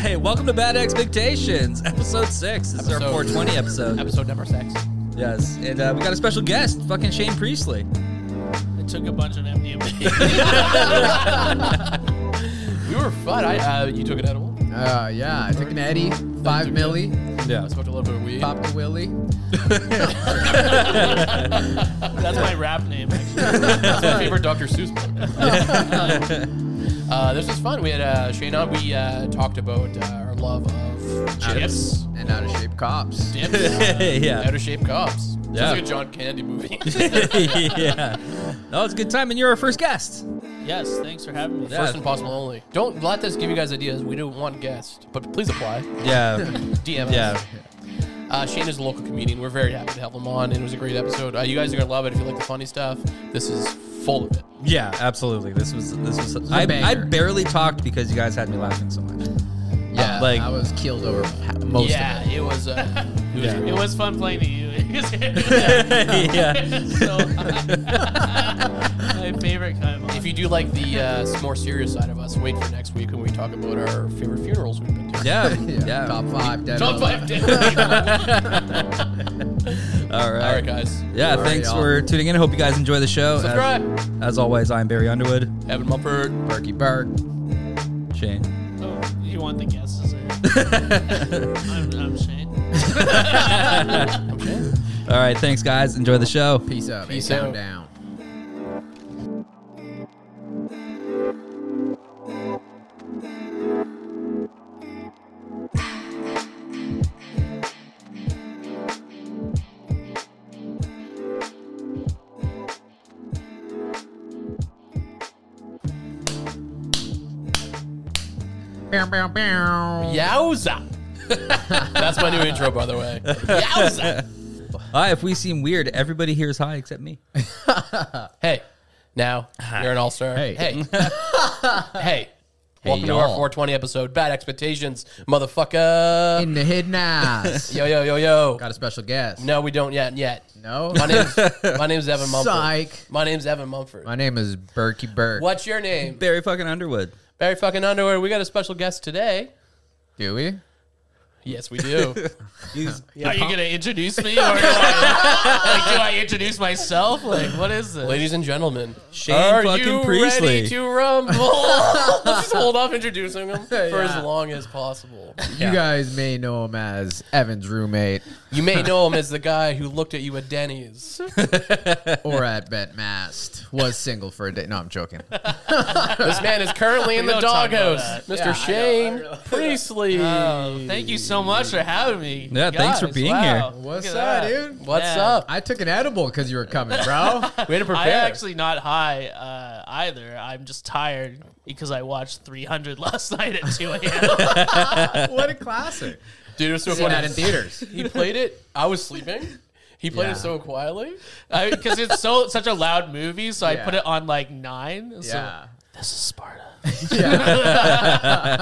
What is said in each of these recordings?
Hey, welcome to Bad Expectations, episode six. This is our Episode- 420 episode. Episode number six. Yes, and uh, we got a special guest, fucking Shane Priestley. It took a bunch of MDMA. We were fun. I uh, you took an edible. Uh, yeah, I took an Eddie, five milli, Yeah. I smoked a little bit of weed. popped a Willie. That's my rap name, actually. That's my favorite Dr. Seuss book. uh, this was fun. We had uh, Shane on. We uh, talked about uh, our love of chips, and out of shape cops. dips, uh, Yeah. out of shape cops. Yeah. Sounds like a John Candy movie. yeah. No, it's a good time, and you're our first guest. Yes, thanks for having me. Yeah. First and possible only. Don't let this give you guys ideas. We do one guest, but please apply. Yeah. DM us. Yeah. Uh, Shane is a local comedian. We're very happy to have him on, and it was a great episode. Uh, you guys are gonna love it if you like the funny stuff. This is full of it. Yeah, absolutely. This was this was. I, I banger. barely talked because you guys had me laughing so much. Yeah, Like- I was killed over ha- most yeah, it was. Uh, it was Yeah. great. It was fun playing to you. Yeah. so, my favorite kind of If you do like the uh, more serious side of us, wait for next week when we talk about our favorite funerals we've been to. Yeah. of it. Yeah. top five. Dead Top on. five days. All All right. right, guys. Yeah. All right, thanks y'all. for tuning in. I hope you guys enjoy the show. As- Subscribe. as always, I'm Barry Underwood. Evan Mumford. Berkey Burke. Shane. Oh, you want the guesses? eh? I'm, I'm Shane. All right. Thanks, guys. Enjoy the show. Peace up. Peace down, out. down. Bow, bow, bow. Yowza. That's my new intro, by the way. Yowza. Hi. If we seem weird, everybody here is high except me. Hey, now you're an all star. Hey. Hey. hey. Welcome to y'all. our 420 episode. Bad expectations, motherfucker. In the hidden eyes. yo, yo, yo, yo. Got a special guest. No, we don't yet. Yet. No? My name's my name's Evan Mumford. Psych. My name's Evan Mumford. My name is Berkey Burke. What's your name? Barry fucking Underwood. Barry fucking Underwear. We got a special guest today. Do we? Yes, we do. He's Are you gonna introduce me, or like, like, do I introduce myself? Like, what is this? Ladies and gentlemen, Shane are fucking you Priestley. ready to rumble? Let's just hold off introducing him for Yeah. as long as possible. Yeah. You guys may know him as Evan's roommate You may know him as the guy who looked at you at Denny's. or at Bet Mast. Was single for a day. No, I'm joking. This man is currently in We the don't talk about doghouse. Mr. Yeah, I know, Shane Priestley. Oh, thank you so much for having me. Yeah, thanks for being here. What's look at up, that. dude? What's Yeah. up? I took an edible because you were coming, bro. Way to I'm prepare. actually not high uh, either. I'm just tired because I watched 300 last night at 2 a.m. what a classic. Dude, it was so Seen funny. that in theaters. He played it. I was sleeping. He played Yeah. it so quietly. because it's so such a loud movie. So I Yeah. put it on like nine. So Yeah. this is Sparta. yeah.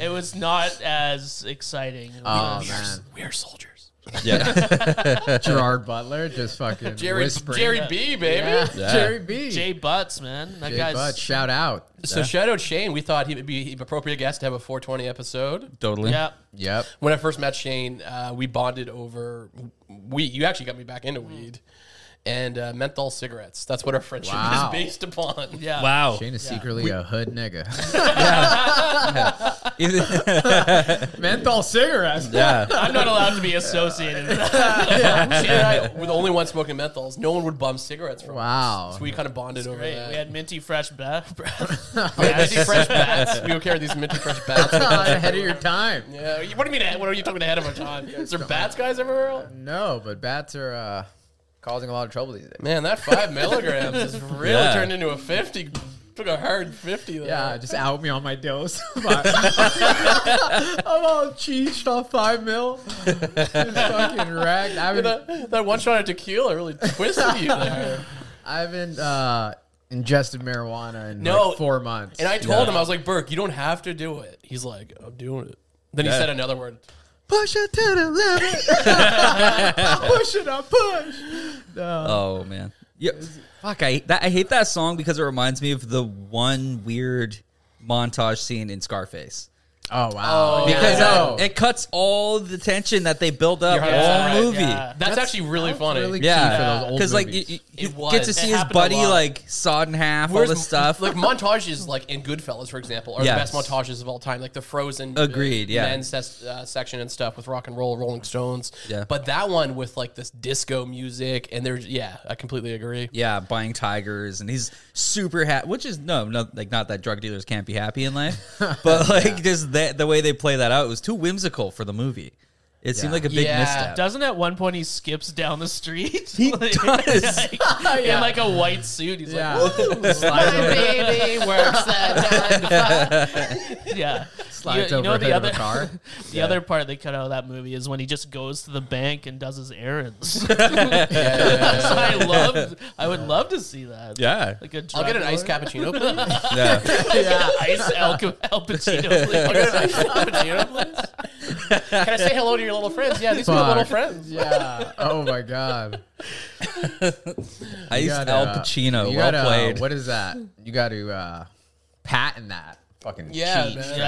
It was not as exciting. Oh, We- man. Uh, We are soldiers. yeah. Gerard Butler just fucking Jerry whispering. Jerry B, baby. Yeah. Yeah. Jerry B. Jay Butts, man, that Jay guy's Butt, shout out. So shout out Shane. We thought he would be an appropriate guest to have a 420 episode. totally. yeah. Yep. When I first met Shane, uh, we bonded over weed. You actually got me back into weed and uh, menthol cigarettes. That's what our friendship Wow. is based upon. Yeah. Wow. Shane is secretly a hood nigga. yeah. Menthol cigarettes. I'm not allowed to be associated with that. Shane and I were the only ones smoking menthols. No one would bum cigarettes from us. Wow. So we kind of bonded over Great. that. We had minty fresh breath. breath. We had minty fresh bats. We would carry these minty fresh bats. Ahead of your time. Yeah, you- what do you mean? ahead- What are you talking ahead of our time? Is there bats guys everywhere? else? No, but bats are uh, causing a lot of trouble these days. Man, that five milligrams has really Yeah. turned into a fifty. Took a hard fifty. There. Yeah, just out me on my dose. I'm all cheesed off five mil. Just fucking ragged. I haven't, that, that one shot of tequila really twisted you there. I haven't uh, ingested marijuana in No. like four months. And I told him, I was like, Burke, you don't have to do it. He's like, I'm doing it. Then he Yeah. said another word. push it to the limit. push it, I push. No. Oh man. Yeah. Fuck. I that I hate that song because it reminds me of the one weird montage scene in Scarface. Oh wow! Oh, because yeah. uh, it cuts all the tension that they build up You're all 100% right, movie. yeah. That's, actually really funny. Yeah, for those old because like you, movies. you, It you was. get to It see his happened a buddy lot. like sawed in half, all this stuff. Like montages, like in Goodfellas, for example, are Yes. the best montages of all time. Like the Frozen, Agreed, yeah. men's ses- uh, section and stuff with rock and roll, Rolling Stones. Yeah. but that one with like this disco music and there's yeah, I completely agree. yeah, buying tigers, and he's super happy. Which is no, no, like not that drug dealers can't be happy in life, but like just that the way they play that out it was too whimsical for the movie. It seemed Yeah. like a big Yeah. misstep. Doesn't at one point he skips down the street? He does. like, In like a white suit. He's Yeah. like, "Woo!" Slides My over- baby works that nine to five. yeah. slides you, you over know the the other car. the other part they cut out of that movie is when he just goes to the bank and does his errands. So I love. I would love to see that. yeah, Like a drug I'll get an lord. iced cappuccino, please. yeah. yeah, ice El, El Pacino. I'll get an iced cappuccino, please. Can I say hello to your little friends? Yeah, these are my Fuck. little friends. Yeah. Oh my god. I You used gotta- Al Pacino. Oh, you well gotta, uh, played. What is that? You got to uh, patent that fucking Yeah, cheese man. right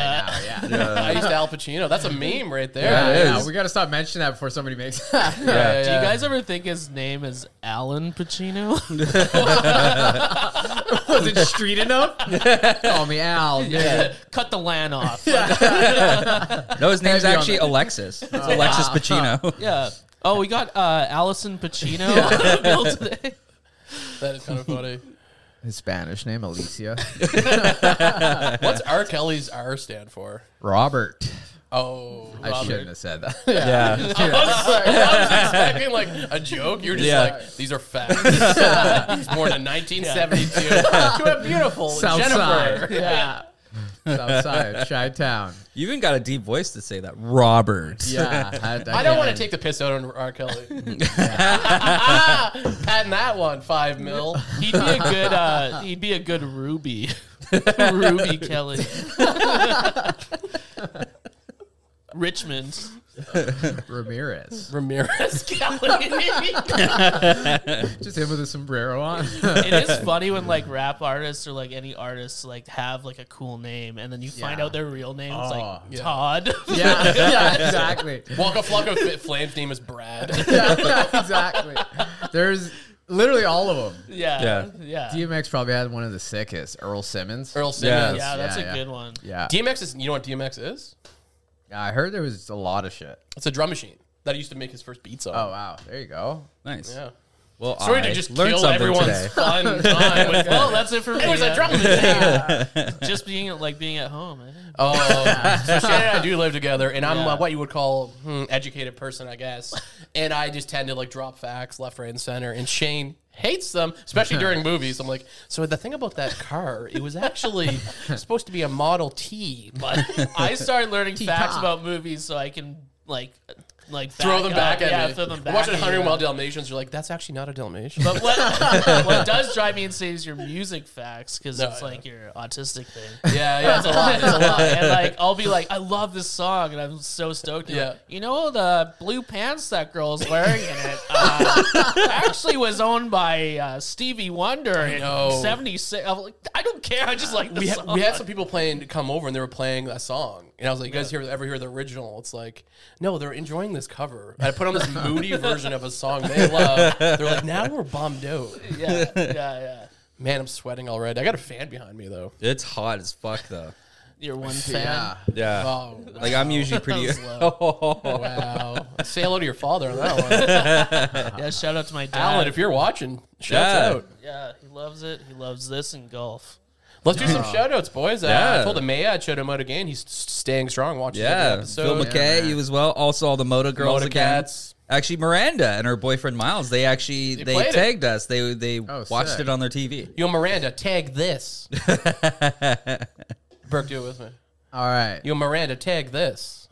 now. Yeah. I used to Al Pacino. That's a meme right there. Yeah, it yeah, is. we got to stop mentioning that before somebody makes that. Yeah, Yeah. yeah, Do you yeah. guys ever think his name is Alan Pacino? Was it street enough? Call me Al. dude. Cut the lan off. No, his name's Heavy on actually that. Oh, Alexis. It's Alexis Pacino. Yeah. Oh, we got uh, Allison Pacino on the bill today. That is kind of funny. His Spanish name Alicia. What's R. Kelly's R stand for? Robert. Oh, I shouldn't have said that. Yeah. yeah. I was, I was expecting like a joke. You're just Yeah. like, these are facts. He's born in 1972 to a beautiful South Jennifer. side. Yeah. Southside, Chi Town. You even got a deep voice to say that. Robert. Yeah. I don't want to take the piss out on R. Kelly. Patting that one, five mil. He'd be a good. Uh, he'd be a good Ruby. Ruby Kelly. Richmond. Ramirez. Ramirez. it Just him with a sombrero on. is funny when like rap artists or like any artists like have like a cool name and then you find Yeah. out their real name is Oh, like yeah. Todd. yeah, yeah, exactly. Wonka Flocka Fit Flame's name is Brad. Yeah, yeah, exactly. There's literally all of them. yeah. Yeah. Yeah. DMX probably had one of the sickest, Earl Simmons. Earl Simmons. Yeah. that's Yeah, a yeah. good one. Yeah. DMX is, you know what DMX is? Yeah, I heard there was a lot of shit. It's a drum machine that he used to make his first beats on. Oh wow, there you go. Nice. Yeah. Well, Sorry I to just learned kill something everyone's today. fun time with Well, that's it for me. It was a yeah. drum machine. Just being at- like being at home. eh? Oh, so Shannon and I do live together, and I'm uh, what you would call hmm, educated person, I guess. And I just tend to like drop facts left, right, and center. And Shane hates them, especially during movies. I'm like, so the thing about that car, it was actually supposed to be a Model T, but I started learning facts Top. about movies so I can like like throw them up. back at yeah, me. throw them back. Watching at you. 100 Wild Dalmatians, you're like, that's actually not a Dalmatian. But what what does drive me insane is your music facts because No, it's yeah. like your autistic thing. yeah, yeah, it's a lot. It's a lot. and like I'll be like, I love this song, and I'm so stoked. Yeah. Yeah. Like, you know the blue pants that girl's wearing in it uh, actually was owned by uh, Stevie Wonder in know. '76. I'm like, I don't care. I just like this we had, song. we had some people playing to come over and they were playing a song and i was like you guys hear, ever hear the original it's like no they're enjoying this cover i put on this moody version of a song they love they're like now we're bummed out yeah, yeah, yeah. man i'm sweating already i got a fan behind me though It's hot as fuck though. You're one fan. Yeah. Yeah. oh Like I'm usually pretty. wow say hello to your father on that one Yeah, shout out to my dad. alan if you're watching shouts Dad. out yeah, he loves it. He loves this and golf. Let's do some shout outs, boys. Uh, Yeah. I told him Maya, I showed him out again. He's staying strong, watching yeah. every Phil episode. McKay, you as well. Also all the Moto girls Moto again. Cats. Actually, Miranda and her boyfriend Miles. They actually they, played it. tagged us. They they Oh, watched sick. it on their TV. Yo, Miranda, tag this. Burke, do it with me. All right. Yo, Miranda, tag this.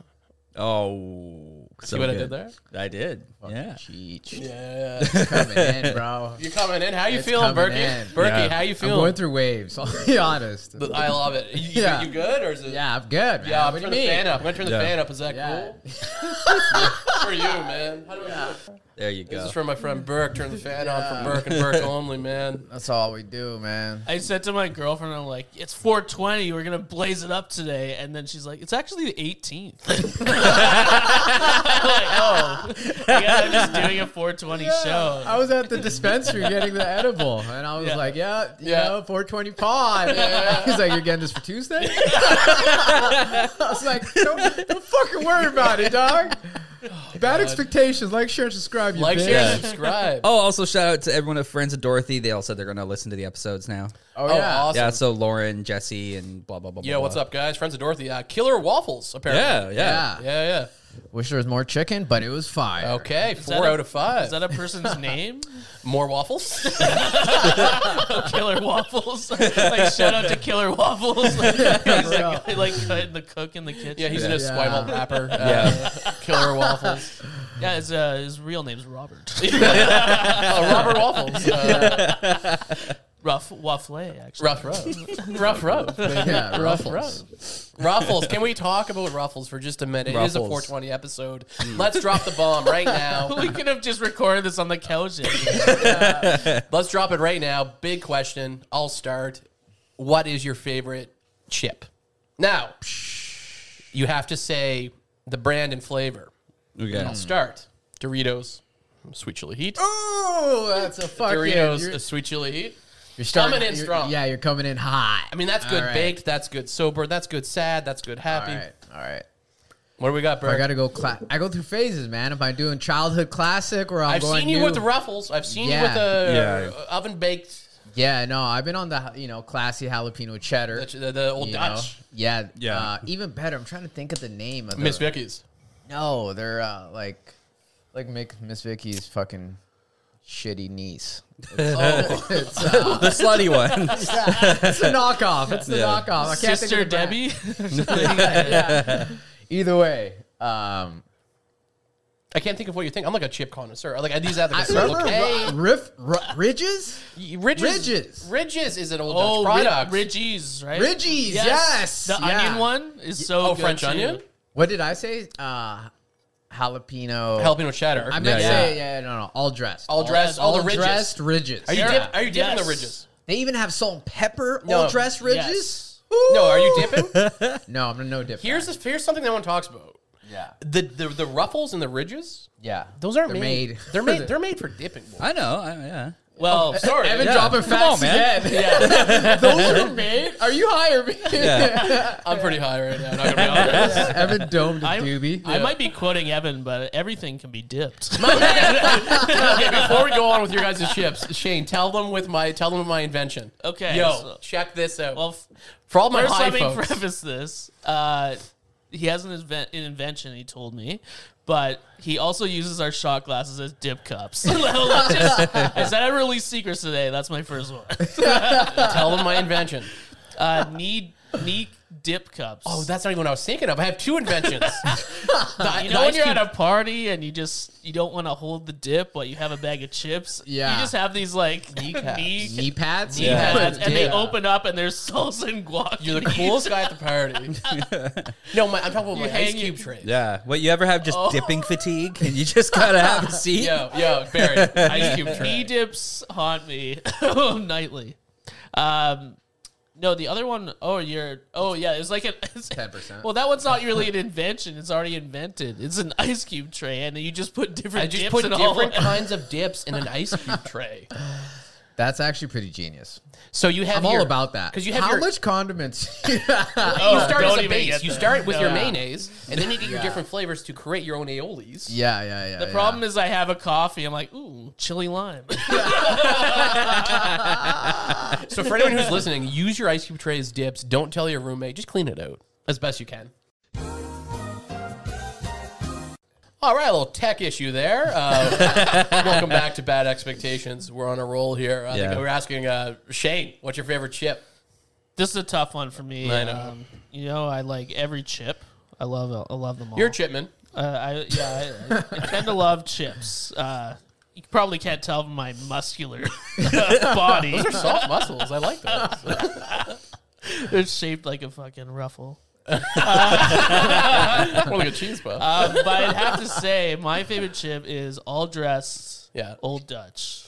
Oh, so See what I good. did there? I did. yeah. Cheech. Yeah. Coming in, bro. You're coming in. How you It's feeling, coming Berkey? in. Berkey, Yeah. how you I'm going feeling? through waves. I'll be honest. I love it. You, Yeah. you good or is it? Yeah, I'm good. Man. Yeah, I'm what do turning the you mean? fan up. I'm gonna turn the Yeah. fan up. Is that Yeah. cool? for you, man. How do I do it? There you go. This is from my friend Burke. Turn the fan on for Burke and Burke only, man. That's all we do, man. I said to my girlfriend, I'm like, it's 420. We're going to blaze it up today. And then she's like, it's actually the 18th. I'm like, oh, yeah, I'm just doing a 420 I show. was at the dispensary getting the edible, and I was Yeah. like, "Yeah, you Yeah. know, 420 pod." He's like, "You're getting this for Tuesday." I was like, "Don't, don't fucking worry about it, dog." Bad expectations. Like, share, and subscribe. You Oh, Like, bitch. share, and subscribe. Oh, also shout out to everyone at Friends of Dorothy. They all said they're going to listen to the episodes now. Oh, Oh, yeah. awesome. Yeah, so Lauren, Jesse, and blah blah blah. Yo, blah, what's blah. up, guys? Friends of Dorothy. Uh, Killer waffles, Yeah, yeah, apparently. yeah. Yeah, Wish there was more chicken, but it was fire. yeah. Okay, that four a- out of five. Is that a person's name? More waffles. Killer Waffles. like, shout out to Killer Waffles. like, he's like, like cutting the cook in the kitchen. yeah, he's Yeah. an Esquimalt rapper. Uh, Yeah. Killer waffles. Yeah, his, uh, his real name's Robert. Oh, Robert waffles. Uh, Rough Waffle, actually. rough road. rough road. baby. Yeah, Rough ruffles. road. Ruffles. Can we talk about Ruffles for just a minute? It is a Ruffles. 420 episode. Hmm. Let's drop the bomb right now. we could have just recorded this on the couch. Let's drop it right now. Big question. I'll start. What is your favorite chip? Now, you have to say the brand and flavor. Okay. I'll start. Doritos, sweet chili heat. Hmm. Oh, that's a fucking. Doritos, You're, a sweet chili heat. you're starting- coming in you're- strong. Yeah, you're coming in hot. I mean, that's good All right. baked. That's good sober. That's good sad. That's good all happy. right, all right. What do we got, I Bert? gotta go. Cla- I go through phases, man. If I'm doing childhood classic, or I'm I've going seen you new- with the ruffles. I've seen Yeah. you with the uh, Yeah. oven baked, Yeah, no, I've been on the you know classy jalapeno cheddar, the, the, the old you know? Dutch. Yeah, Yeah. Uh, even better. I'm trying to think of the name of Miss the, Vicky's. No, they're uh, like like Mick, Miss Vicky's fucking shitty niece. It's, it's, uh, The slutty one. it's a knockoff. It's the Yeah. knockoff. I can't think Sister of the brand. Debbie. Either way, um, I can't think of what you think. I'm like a chip connoisseur. I Like I these out of I the remember okay. Ru- Riff, Ru- Ridges. Ridges, Ridges. Ridges is an old Oh, Dutch product. Rid- Ridges, right? Ridges, yes, The yeah. onion one is so oh, good French too. onion. What did I say? Uh, jalapeno. Helping with cheddar. I meant Yeah, to yeah. say yeah, no, no, all dressed, all dressed. All, the ridges. dressed ridges. Are you Yeah. dip, Are you dipping the Yes. ridges? They even have salt and pepper No. all dress ridges. Yes. No. Are you dipping? dipping? No, I'm no dip. here's this, here's something that one talks about. yeah, The, the the ruffles and the ridges. yeah. Those aren't They're made. made. They're made. They're made for dipping. boy. I know. I, yeah. Well, Sorry. Evan Yeah. dropping Come facts on, man. again. Those are made. Are you higher? Man? I'm pretty high right now. I'm not gonna be honest. Evan domed a I, doobie. I might be quoting Evan, but everything can be dipped. okay, before we go on with your guys' chips, Shane, tell them with my tell them with my invention. Okay, Yo, so- check this out. well, f- for all my first high let me folks, preface this. Uh, he has an, inven- an invention. He told me. But he also uses our shot glasses as dip cups. Let's just- I said I released secrets today. That's my first one. tell them my invention. Uh, knee, knee dip cups. Oh, that's not even what I was thinking of. I have two inventions. The- You the know ice when you're cube- at a party and you just you don't want to hold the dip, but you have a bag of chips. Yeah. you just have these like knee caps. knee pads. knee Yeah. pads, and they Yeah. open up and there's salsa and guac. You're in the each. coolest guy at the party. no, my, I'm talking about You my ice hang cube it- tray. Yeah. What you ever have just Oh. dipping fatigue and you just gotta have a seat? Yo, yo, Barry, ice cube Knee tray. dips haunt me nightly. Um, no, the other one oh you're oh yeah, it's like an 10%. Well, that one's not really an invention; it's already invented. It's an ice cube tray, and you just put different I just dips put in different all. kinds of dips in an ice cube tray. That's actually pretty genius. So you have I'm your- all about that. 'cause you have how your- much condiments? you Oh, start as don't a even base. get You there. start with your Yeah. mayonnaise, and then you get your different flavors to create your own aiolis. Yeah, yeah, yeah. The problem is, I have a coffee. I'm like, ooh, chili lime. So for anyone who's listening, use your ice cube tray as dips. Don't tell your roommate. Just clean it out as best you can. All right, a little tech issue there. Uh, welcome back to Bad Expectations. We're on a roll here. I Yeah. think we were asking uh, Shane, what's your favorite chip? This is a tough one for me. I know. Um, you know, I like every chip. I love I love them all. You're a chipman. uh, I, yeah, I, I tend to love chips. Uh, you probably can't tell from my muscular body. Soft muscles. I like those. They're shaped like a fucking ruffle. More like a cheese puff. Uh, but I'd have to say my favorite chip is all dressed Yeah. Oh, old Dutch.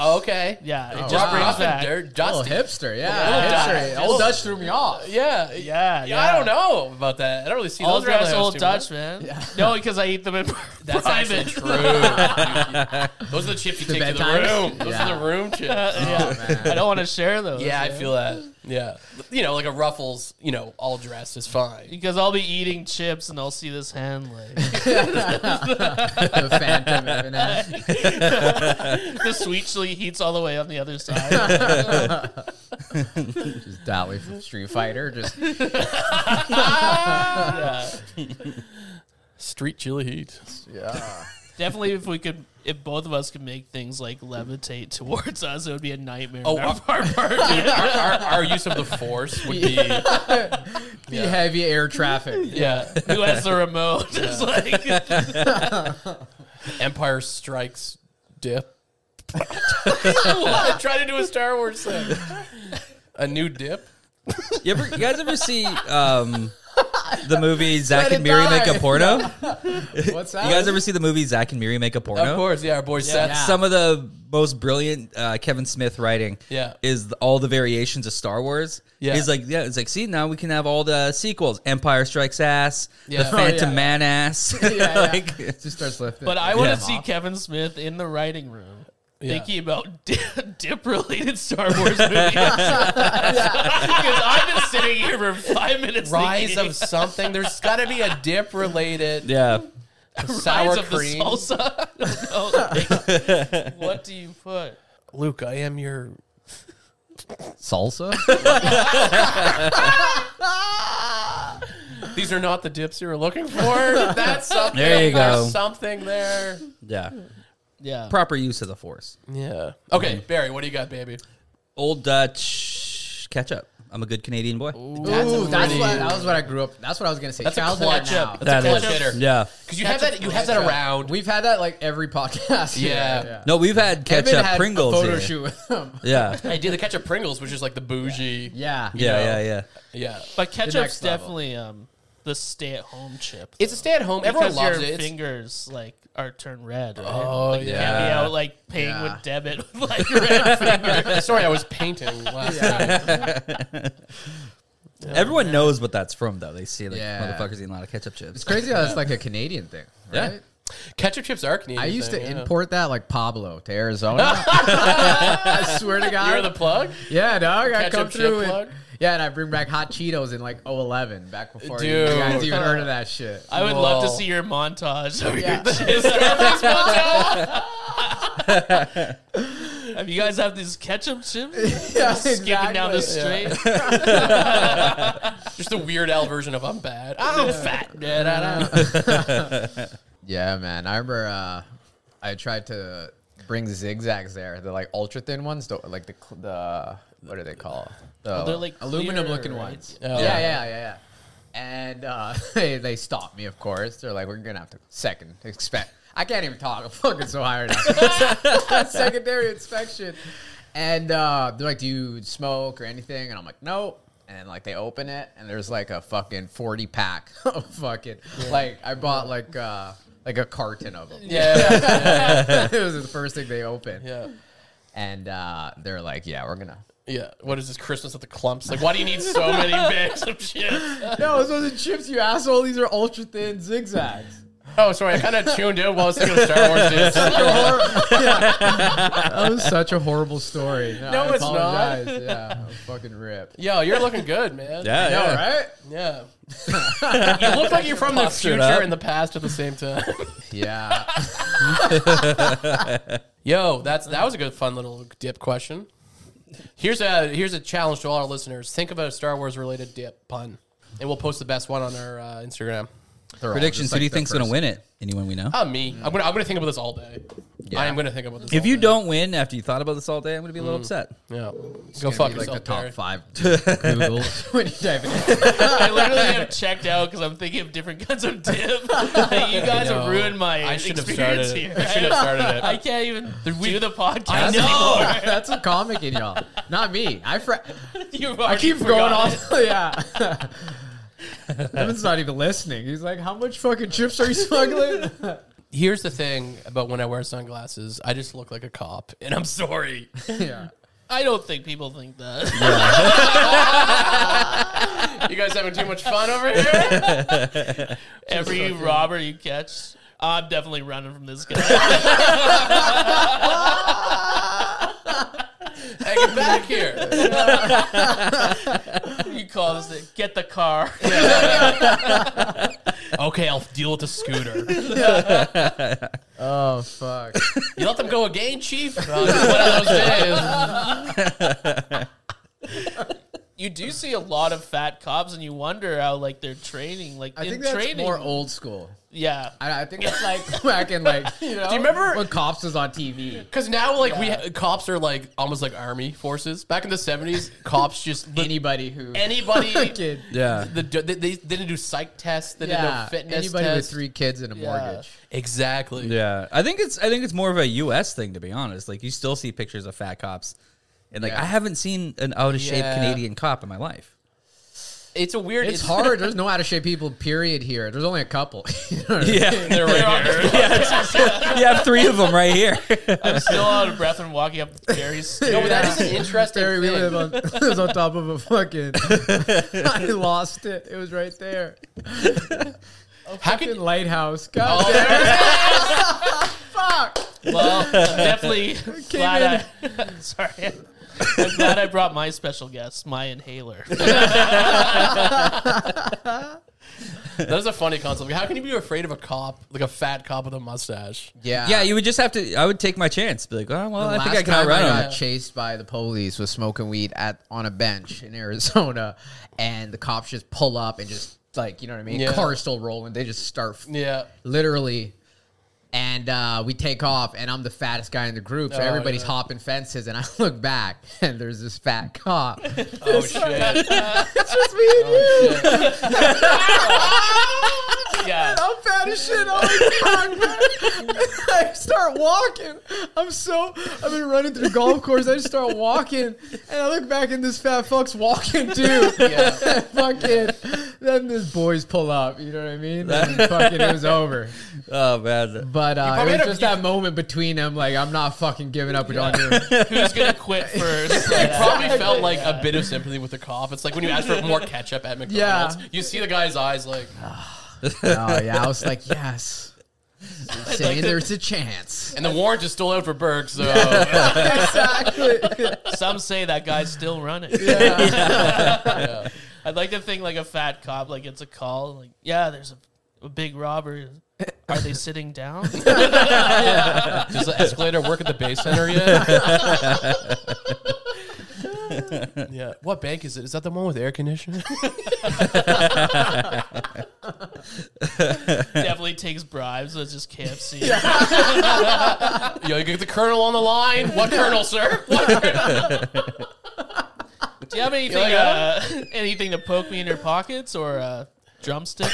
okay. Yeah, it It just brings rough back. and dirt, Oh, dusty. hipster, Old yeah, hipster. Dutch. Old Dutch threw me off. Yeah. Yeah, Yeah, I don't know about that. I don't really see All those around the dressed house old too much. Dutch, man. No, because I eat them in That's actually private. true. You- you- those are the chips you The take to the bedtimes? room. Those Yeah. are the room chips. I don't want to share those. Oh, Yeah, I man. feel that. Yeah, you know, like a Ruffles, you know, all dressed is fine. because I'll be eating chips and I'll see this hand like the phantom of an ass. the sweet chili heats all the way on the other side. Just Dolly from Street Fighter. Just yeah. Street chili heat. yeah. Definitely, if we could, if both of us could make things like levitate towards us, it would be a nightmare. Oh, in our uh, part- part- Dude, our, our, our use of the force would be Be heavy air traffic. yeah. who has the remote? It's like Empire Strikes Dip. what? Try to do a Star Wars thing. A new dip. You, ever, you guys ever see um, the movie Zach Let and it Miri make die. a porno? You What's that? guys ever see the movie Zach and Miri make a porno? Of course, yeah. Our boy Seth. Yeah. Some of the most brilliant uh, Kevin Smith writing Yeah. is th- all the variations of Star Wars. Yeah. He's like, yeah, it's like, see, now we can have all the sequels Empire Strikes Ass, Yeah. The Oh, Phantom yeah. Man Ass. yeah. like, Just starts lifting. but I want Yeah. to see Kevin Smith in the writing room. Yeah. Thinking about dip, related Star Wars movies. Because I've been sitting here for five minutes. Rise thinking, of something. There's got to be a dip related yeah. sour Rise of cream. the salsa. I don't know. what do you put? Luke, I am your. salsa. These are not the dips you were looking for. That's something. There you There's go. Something there. Yeah. Yeah. Proper use of the force. Yeah. Okay, Mm-hmm. Barry, what do you got, baby? Old Dutch ketchup. I'm a good Canadian boy. That's, Ooh, that's pretty- what that was what I grew up. That's what I was gonna say. That's a Childhood and clutch up. now. That That's a is. clutch hitter. Yeah. Because you have that. You have that around. We've had that like every podcast. here. Yeah. No, we've had Evan ketchup had a Pringles. photo here. shoot with him. Yeah. I did the ketchup Pringles, which is like the bougie. Yeah. Yeah, know. yeah, yeah. Yeah. But ketchup's next level. definitely um, the stay-at-home chip. It's a stay at home. Everyone because loves your it. It's- fingers like are turned red. Right? Oh, like, You can't be yeah. out like paying Yeah. with debit with like red fingers. Sorry, I was painting last night. Everyone knows what that's from, though. They see like Yeah. motherfuckers eating a lot of ketchup chips. It's crazy how it's like a Canadian thing, Yeah. right? Ketchup chips are Canadian. I used thing, to yeah. import that like Pablo to Arizona. I swear to God. You're the plug, yeah, dog. I Ketchup come chip through and, plug? yeah, and I bring back hot Cheetos in like 011 back before Dude. you guys even heard of that shit. I would love to Whoa. see your montage. of Yeah. your chips. Starbucks montage. Have you guys have these ketchup chips yeah, skipping down the exactly. street? just the Weird Al version of "I'm bad." Ah. I'm Oh, fat. Da, da, da. Yeah, man. I remember uh, I tried to bring zigzags there, the like ultra thin ones, the, like the cl- the what do they call? The Oh, they're, like, aluminum clear, looking right? ones. Oh. Yeah, yeah, yeah, yeah. yeah. And uh, they they stopped me, of course. They're like, "We're gonna have to second expect." I can't even talk. I'm fucking so high right now. Secondary inspection, and uh, they're like, "Do you smoke or anything?" And I'm like, "Nope." And like they open it, and there's like a fucking forty pack of fucking like I bought like uh like a carton of them. Yeah, it was the first thing they opened, yeah, and uh, they're like, "Yeah, we're gonna." yeah. What is this Christmas at the clumps? Like, why do you need so many bags of chips? No, those are chips, you asshole. These are ultra thin zigzags. Oh, sorry, I kind of tuned in while I was thinking of Star Wars. Dude. That was such a horrible story. No, No, I it's not. apologize. Yeah, I'm fucking ripped. Yo, you're looking good, man. Yeah, No, yeah. right? yeah. you look like you're from the Postured future up. and the past at the same time. Yeah. Yo, that's that was a good fun little dip question. Here's a here's a challenge to all our listeners. Think about a Star Wars related dip pun, and we'll post the best one on our uh, Instagram. Predictions. Who do you think's going to win it? Anyone we know? Oh, Ah, me. I'm gonna I'm gonna think about this all day. I am gonna think about this. if all you day. don't win after you thought about this all day, I'm going to be a little Mm. upset. yeah, go fuck like yourself. the Barry. top five Google when you type it. in. I literally have checked out because I'm thinking of different kinds of dip. That you guys have No. ruined my I should have started. It. experience here. I should have started it. I can't even do the podcast. I that's a comic in y'all, not me. Oh. I fr- You've I already keep going forgotten. off. Yeah. Evan's not even listening. He's like, how much fucking chips are you smuggling? Here's the thing about when I wear sunglasses, I just look like a cop, and I'm sorry. yeah. I don't think people think that. You guys having too much fun over here? Every robber you catch, I'm definitely running from this guy. Hey, get back here. you call this thing, get the car. Okay, I'll deal with the scooter. Oh fuck. You let them go again, Chief? Well, it's You do see a lot of fat cops, and you wonder how like they're training. Like I in think that's training, more old school. yeah. I, I think that's like back in like you know. Do you remember- when cops was on TV? Because now, like, we cops are like almost like army forces. Back in the seventies, cops just Anybody who anybody. kid. Yeah. The, they, they didn't do psych tests. They Yeah, didn't do fitness anybody with tests. three kids and a Yeah. mortgage. Exactly. Yeah, I think it's I think it's more of a U.S. thing to be honest. Like you still see pictures of fat cops, and like Yeah. I haven't seen an out of shape Yeah. Canadian cop in my life. It's a weird. It's hard. There's no out of shape people. Period. Here, there's only a couple. You know what I mean? Yeah, you have three of them right here. I'm still out of breath and walking up the stairs. No, but that is an interesting Barry, we thing. live on, lives on top of a fucking. I lost it. It was right there. How Fucking could lighthouse. God Oh, damn. there it is. Fuck. Well, definitely glad I, sorry. I'm glad I brought my special guest, my inhaler. that is a funny concept. How can you be afraid of a cop, like a fat cop with a mustache? Yeah. yeah, you would just have to. I would take my chance. Be like, oh well, The I think last I can time outrun I him. got chased by the police was smoking weed at on a bench in Arizona, and the cops just pull up and just like you know what I mean. Yeah. Cars still rolling. They just start f- Yeah. literally. And uh, we take off, and I'm the fattest guy in the group, so Oh, everybody's yeah. hopping fences. And I look back, and there's this fat cop. Oh shit. it's just me and you. yeah. I'm fat as shit. Oh my god, man! I start walking. I'm so I've been running through golf course. I just start walking, and I look back, and this fat fuck's walking too. fucking. Then these boys pull up. You know what I mean? Then fucking, it was over. Oh man, But uh, it probably was had a- just that moment between them. Like I'm not fucking giving up on you. Who's gonna quit first? Yeah. Probably felt like a bit of sympathy with the cop. It's like when you ask for more ketchup at McDonald's, you see the guy's eyes like, Oh yeah, I was like yes. Saying there's a chance. and the warrant is still out for Burke. So exactly. Some say that guy's still running. I'd like to think like a fat cop, like it's a call, like, yeah, there's a, a big robber. Are they sitting down? does the escalator work at the Bay Center yet? yeah. What bank is it? Is that the one with air conditioning? Definitely takes bribes, so it's just KFC. Yo, you get the colonel on the line. What colonel, sir? What colonel? Do you have anything like, uh, anything to poke me in your pockets or a drumstick?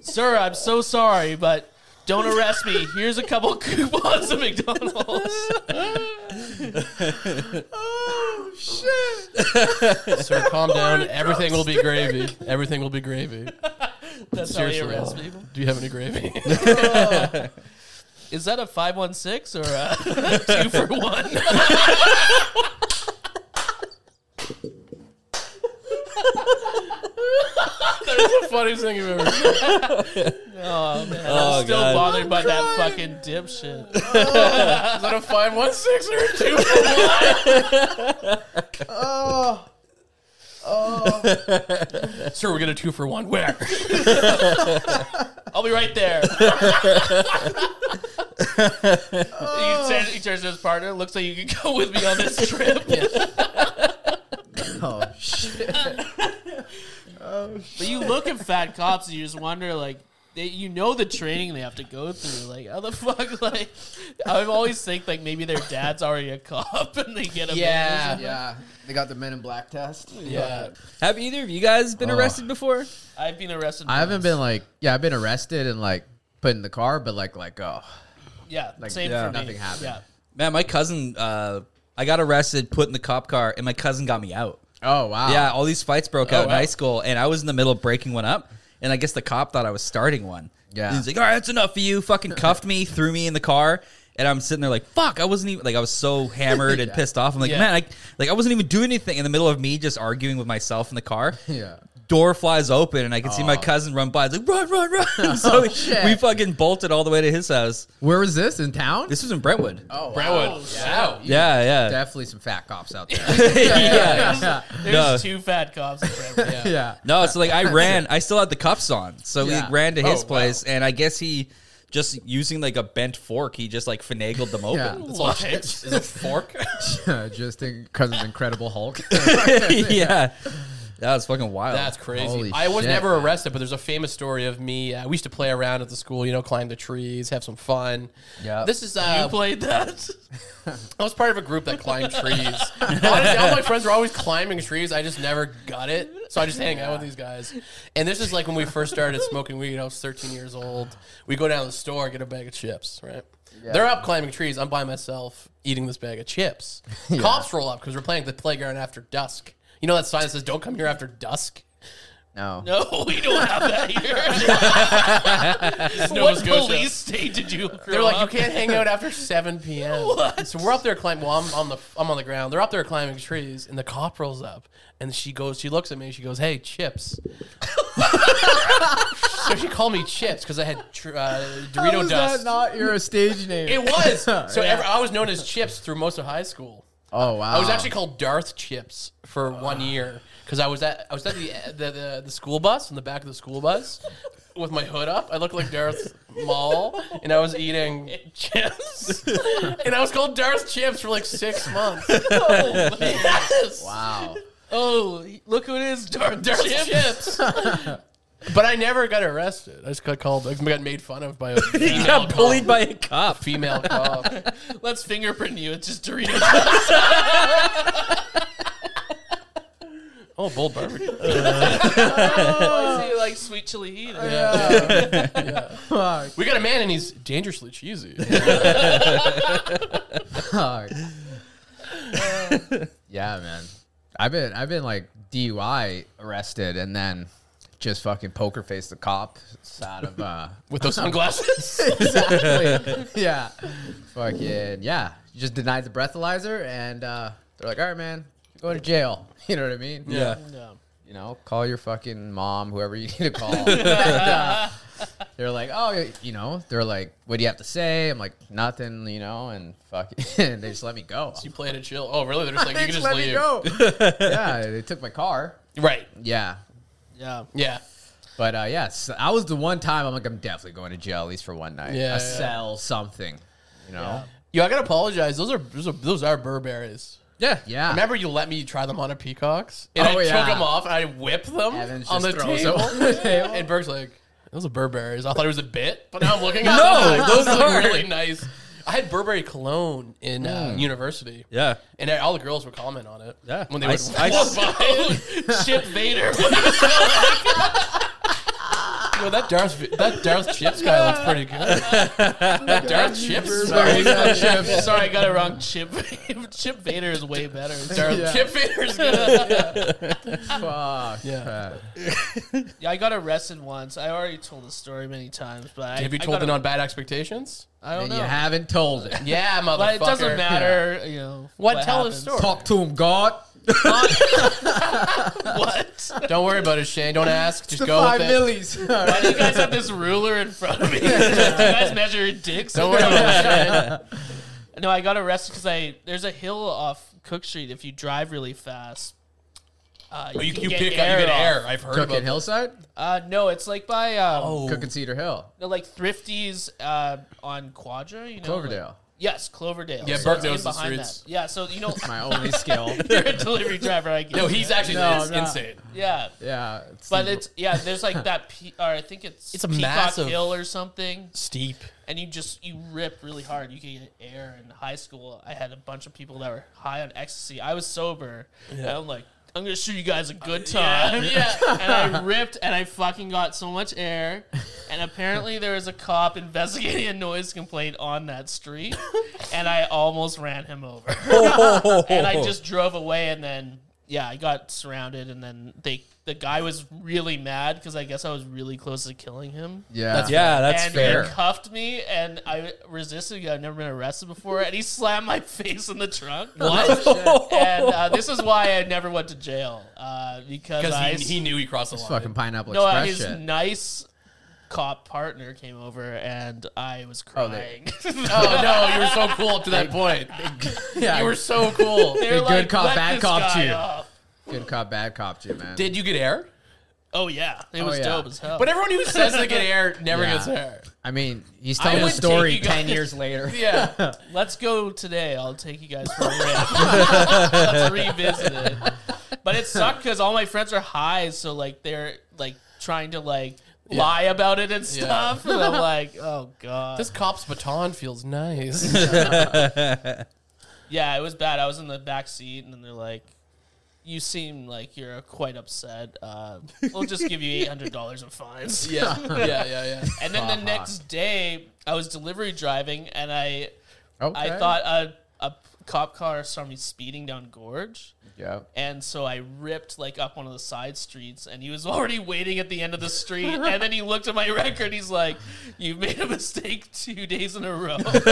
Sir, I'm so sorry, but don't arrest me. Here's a couple coupons to McDonald's. Oh shit. sir, calm down. Everything will be gravy. Everything will be gravy. That's Seriously. how you arrest people. Do you have any gravy? Is that a 516 or a 2 for 1? That's the funniest thing you've ever seen. Oh, man. Oh, I'm still God. bothered by that fucking dipshit. Is that a 516 or a 2 Oh. Sir, we get a two for one. Where? I'll be right there. he, turns, he turns to his partner. Looks like you can go with me on this trip. Oh shit. But you look at fat cops and you just wonder, like, they, you know the training they have to go through. Like, how the fuck? Like, I always think like maybe their dad's already a cop and they get a Yeah. Yeah, they got the Men in Black test. Yeah. have either of you guys been Oh. arrested before? I've been arrested. I haven't once. been like, yeah, I've been arrested and like put in the car, but like, like, oh, Yeah, Like, same Yeah. for me. nothing happened. Yeah. Man, my cousin, uh, I got arrested, put in the cop car, and my cousin got me out. Oh wow. Yeah, all these fights broke out in wow. high school, and I was in the middle of breaking one up, and I guess the cop thought I was starting one. Yeah. And he's like, "All right, that's enough for you." Fucking cuffed me, threw me in the car, and I'm sitting there like, "Fuck!" I wasn't even like I was so hammered and Yeah. pissed off. I'm like, Yeah. "Man, I like I wasn't even doing anything." In the middle of me just arguing with myself in the car, Yeah. door flies open, and I can see my Aw. cousin run by. It's like, "Run, run, run!" so shit. we fucking bolted all the way to his house. Where was this in town? This was in Brentwood. oh, Brentwood. Wow. yeah, yeah. Definitely some fat cops out there. yeah. yeah. There's No. two fat cops. in front of me. yeah. No, so like I ran. I still had the cuffs on, so Yeah. we ran to his Oh, wow. place, and I guess he just using like a bent fork, he just like finagled them Yeah. open. What? Is it a fork? Just because of Incredible Hulk. Yeah, that was fucking wild. That's crazy. Holy I was shit. never arrested, but there's a famous story of me. Uh, we used to play around at the school, you know, climb the trees, have some fun. Yeah. This is You uh, played that? I was part of a group that climbed trees. Honestly, all my friends were always climbing trees. I just never got it. So I just hang out with these guys. And this is like when we first started smoking weed. I was 13 years old. We go down to the store, get a bag of chips, right? They're up climbing trees. I'm by myself eating this bag of chips. Cops roll up because we're playing at the playground after dusk. You know that sign that says, don't come here after dusk? No. No, we don't have that here. Nova what Scotia. police state did you? Grow They're like, up? you can't hang out after 7 p.m. What? So we're up there climbing. Well, I'm on the I'm on the ground. They're up there climbing trees, and the cop rolls up, and she goes, she looks at me, and she goes, "Hey, chips." so she called me chips because I had tr- uh, How Dorito is dust. that not your stage name? it was so. Yeah. ever- I was known as chips through most of high school. oh wow. I was actually called Darth Chips for one year because I was at I was at the, the the the school bus in the back of the school bus with my hood up. I looked like Darth Maul, and I was eating chips, and I was called Darth Chips for like six months. Oh, yes. Wow. Oh, look who it is, Darth, Darth Chips. Chips. But I never got arrested. I just got called. I got made fun of by a he got bullied by a cop. female cop. Let's fingerprint you. It's just Doritos. Oh, bold barbecue. oh, I see, like sweet chili heat. Fuck. We got a man, and he's dangerously cheesy. Fuck. yeah, man. I've been I've been like DUI arrested and then just fucking poker face the cop out of uh With those sunglasses. exactly. yeah. Fucking yeah. You just denied the breathalyzer and uh they're like, all right man, you're going to jail. You know what I mean? Yeah. You know, call your fucking mom, whoever you need to call. And, uh, they're like, oh, you know, they're like, what do you have to say? I'm like, nothing, you know, and fucking, they just let me go. you play it and chill. Oh, really? They're just like, you They can just let leave. me go. yeah, they took my car. Right. Yeah. Yeah. Yeah. But uh, yes, I was the one time I'm like, I'm definitely going to jail at least for one night. Yeah, yeah. a cell, something. You know? Yo, I gotta apologize. Those are those are, those are Burberries. Yeah. Yeah. Remember, you let me try them on a peacocks, and Oh, I yeah. took them off, and I whip them Evans on the just throws table. them on the table. and Berg's like, "Those are Burberries." I thought it was a bit, but now I'm looking No, at them. I'm like, those look are. really nice. I had Burberry cologne in uh, university, Yeah. and all the girls would comment on it. Yeah. when they I would s- I walk s- by. Chip Vader. Yo, that Darth that Darth Chips guy looks pretty good. that Darth Chips. Sorry, Sorry, no Chip. chips. Sorry, I got it wrong. Chip Chip Vader is way better. Darth Yeah. Chip Vader's good. Fuck. Yeah. Yeah, I got arrested once. I already told the story many times, but Have I, you I told got it a- on Bad Expectations? I don't And know. you haven't told it. Yeah, motherfucker. but it doesn't matter. You know What? Tell the happens. story. Talk to him, God. What? Don't worry about it, Shane. Don't ask. Just The go five with it. millies. Why do you guys have this ruler in front of me? Do you guys measure your dicks? Don't worry about it. Shane. No, I got arrested because I there's a hill off Cook Street. If you drive really fast, uh, Oh, You, can you get pick up. air You get off. air. I've heard Cooking about that. Hillside? Uh, no, it's like by um, Oh. Cooking Cedar Hill. no, like Thrifties uh, on Quadra. You know, like- Cloverdale. yes, Cloverdale. Yeah, So Burke it's knows in the behind streets. That. Yeah, so you know, My only skill. you're a delivery driver. I guess. No, he's actually No, it's I'm not. insane. yeah. Yeah. It's But it's yeah, there's like that. Pe- or I think it's It's a Peacock massive- Hill or something. Steep. and you just you rip really hard. You can get air in high school. I had a bunch of people that were high on ecstasy. I was sober. And I'm like, I'm gonna show you guys a good time. Yeah. and I ripped and I fucking got so much air. And and apparently there was a cop investigating a noise complaint on that street, and I almost ran him over. and Oh. I just drove away, and then yeah, I got surrounded, and then they the guy was really mad because I guess I was really close to killing him. Yeah. That's- yeah, that's and fair. he cuffed me, and I resisted. I've never been arrested before, and he slammed my face in the trunk. What? and uh, this is why I never went to jail uh, because I Because he, he knew he crossed the line. fucking pineapple no, uh, express his shit. nice cop partner came over, and I was Oh, they- crying. Oh no, you were so cool up to that point. yeah, You were so cool. They're good cop, "Let bad this cop guy too." off. good cop, bad cop, too, man. Did you get air? Oh yeah, it was yeah. dope as hell. But everyone who says they get air never Yeah. gets air. I mean, he's I telling the would take story you ten guys- years later. Yeah. Let's go today. I'll take you guys for a rip. Let's revisit it. But it sucked because all my friends are high, so like they're like trying to like lie about it and stuff. And I'm like, oh god. This cop's baton feels nice. yeah, it was bad. I was in the back seat, and then they're like, "You seem like you're quite upset. Uh, we'll just give you eight hundred dollars in fines." yeah, yeah, yeah, yeah. And then the next day, I was delivery driving, and I Okay. I thought a a cop car saw me speeding down Gorge. Yeah. And so I ripped like up one of the side streets, and he was already waiting at the end of the street. and then he looked at my record. He's like, "You've made a mistake two days in a row."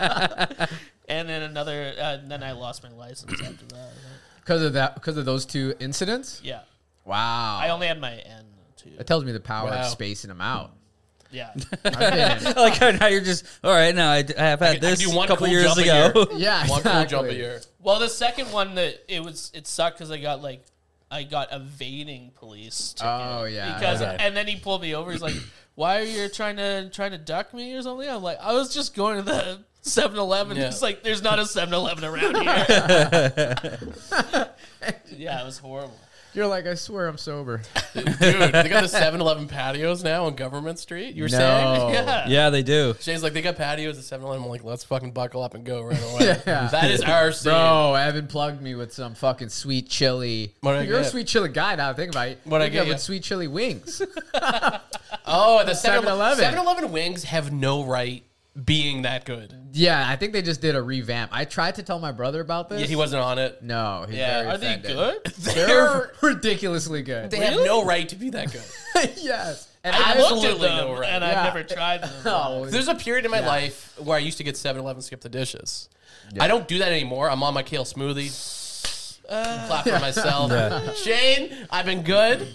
and then another. Uh, then I lost my license after that. Because of that, because of those two incidents. Yeah, Wow. I only had my N too. that tells me the power Wow. of spacing them out. Yeah, I've been- like how now you're just all right. Now I, d- I have had I this do a one couple cool years jump a ago. yeah. One cool jump a exactly. year. Well, the second one that it was it sucked because I got like I got evading police. Ticket Oh, yeah. Because Okay. and then he pulled me over. He's like, "Why are you trying to trying to duck me or something?" I'm like, "I was just going to the 7-Eleven. Yeah. He's like, "There's not a 7-Eleven around here." yeah, it was horrible. You're like, I swear I'm sober. Dude, they got the 7 Eleven patios now on Government Street. You were saying? Yeah. yeah, they do. Shane's like, they got patios at 7 Eleven. I'm like, let's fucking buckle up and go right away. Yeah. That is our scene. Bro, Evan plugged me with some fucking sweet chili. What'd I You're a get? sweet chili guy now. Think about it. What'd I Think get of it you? with sweet chili wings. Oh, the 7 7-Eleven. Eleven wings have no right being that good. yeah, I think they just did a revamp. I tried to tell my brother about this. Yeah, he wasn't on it. No, he's Yeah, very are they offended. good? They're ridiculously good. They have no right to be that good. yes. And I, I looked at absolutely them know, right? and Yeah. I've never tried them. Oh, There's a period in my life where I used to get 7 Eleven skip the dishes. I don't do that anymore. I'm on my kale smoothie. clap for myself. Shane, I've been good.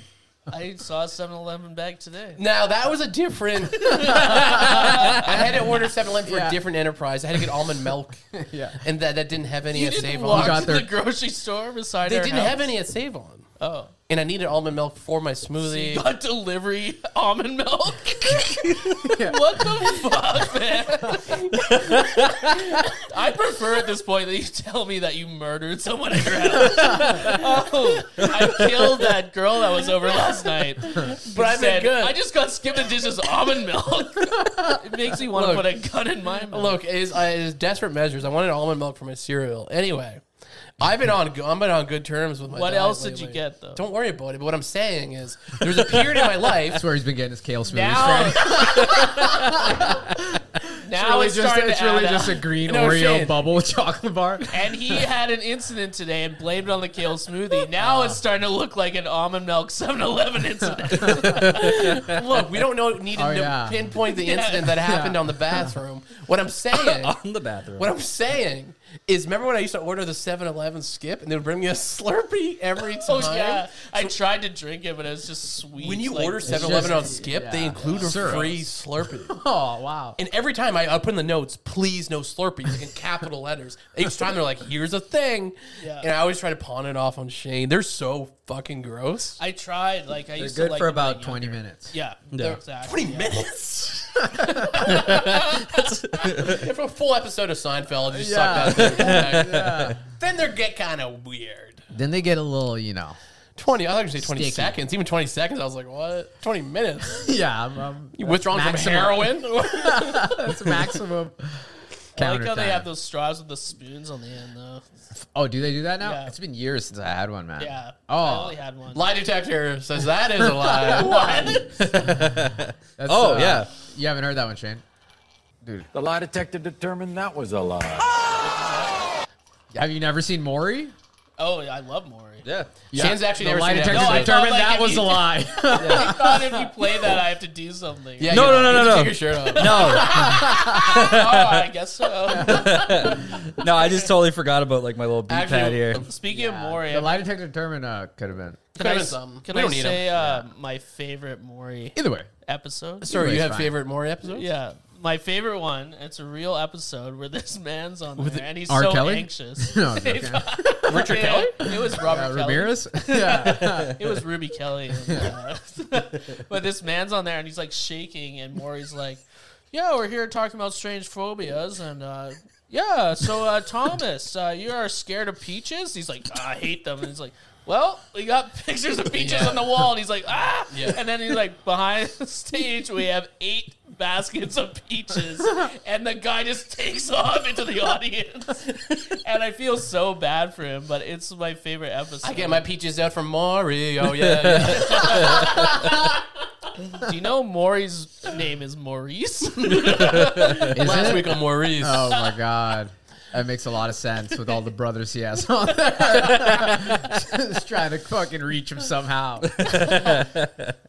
I saw a 7-Eleven bag today. Now, that was a different. I had to order 7 Eleven for Yeah. a different enterprise. I had to get almond milk. Yeah. And that, that didn't have any You at Save didn't On. walk got to their- the grocery store beside They our didn't house? have any at Save On. Oh. And I needed almond milk for my smoothie. You got delivery almond milk. What the fuck, man? I prefer at this point that you tell me that you murdered someone at your house. oh, I killed that girl that was over last night. But I've been good. I just got skipped and dishes almond milk. it makes me want to Look. put a gun in my mouth. Look, it is, uh, it is desperate measures. I wanted almond milk for my cereal. Anyway, I've been on go- I've been on good terms with my. what diet else did you lately. get though? Don't worry about it. But what I'm saying is, there's a period in my life. that's where he's been getting his kale smoothies from. now, now it's, It's really just, starting it's to really add just up. a green No Oreo shit. bubble chocolate bar. and he had an incident today and blamed it on the kale smoothie. Now it's starting to look like an almond milk 7-Eleven incident. Look, we don't know needed Oh, to yeah. pinpoint the incident that happened on the bathroom. What I'm saying, On the bathroom. what I'm saying is, remember when I used to order the 7-Eleven skip and they would bring me a Slurpee every time. oh yeah, I tried to drink it, but it was just sweet. When you like- order 7-Eleven on just- skip, yeah. they include a Syrup. free Slurpee. Oh wow. And every time I, I put in the notes, please no Slurpees like in capital letters. Each time they're like, here's a thing. Yeah. And I always try to pawn it off on Shane. They're so fucking gross. I tried. Like I They're used to good like for them when I about was 20 younger. minutes. Yeah, Yeah. exactly. 20 minutes? After a full episode of Seinfeld, you Yeah. suck that thing back. Then they get kind of weird. Then they get a little, you know. 20, I thought you were gonna say 20 Sticky. seconds. Even 20 seconds, I was like, what? 20 minutes? Yeah, I'm, I'm, You withdrawn from Maximum. heroin? that's maximum. I like counter how they time. have those straws with the spoons on the end though. Oh, do they do that now? Yeah. It's been years since I had one, man. Yeah. I Oh, only had one. lie detector says that is a lie. What? That's, uh, Oh, yeah. You haven't heard that one, Shane. uh, The lie detector determined that was a lie. Have you never seen Maury? Oh, yeah, I love Maury. Yeah. Shane's actually the never lie seen detector that. No, I thought, determined like, that if was you- a lie. I thought if you play that, I have to do something. Yeah, No, you- no, no, you no, have to no. Take your shirt off. No, Oh, I guess so. no, I just totally forgot about like my little beat pad Actually, here. Speaking of Maury, the lie detector determined uh, could have been. can Could've I, been s- something. can We I don't need say uh, my favorite Maury Either way. episode? Sorry, you Everybody's have fine. favorite Maury episodes? Yeah, my favorite one. It's a real episode where this man's on there and he's R. so Kelly? anxious. No, I'm joking. Richard Kelly? It was Robert Uh, Kelly. Ramirez? yeah. It was Ruby Kelly. and, uh, but this man's on there and he's like shaking, and Maury's like, "Yeah, we're here talking about strange phobias and." uh yeah, so uh, Thomas, uh, you are scared of peaches? He's like, I hate them. And he's like, Well, we got pictures of peaches on the wall. And he's like, Ah! Yeah. And then he's like, Behind the stage, we have eight baskets of peaches. And the guy just takes off into the audience. And I feel so bad for him, but it's my favorite episode. I get my peaches out from Maury. Oh, yeah. yeah. Do you know Maury's name is Maurice? Is Last it? week on Maurice. Oh my god. That makes a lot of sense with all the brothers he has on there. Just trying to fucking reach him somehow.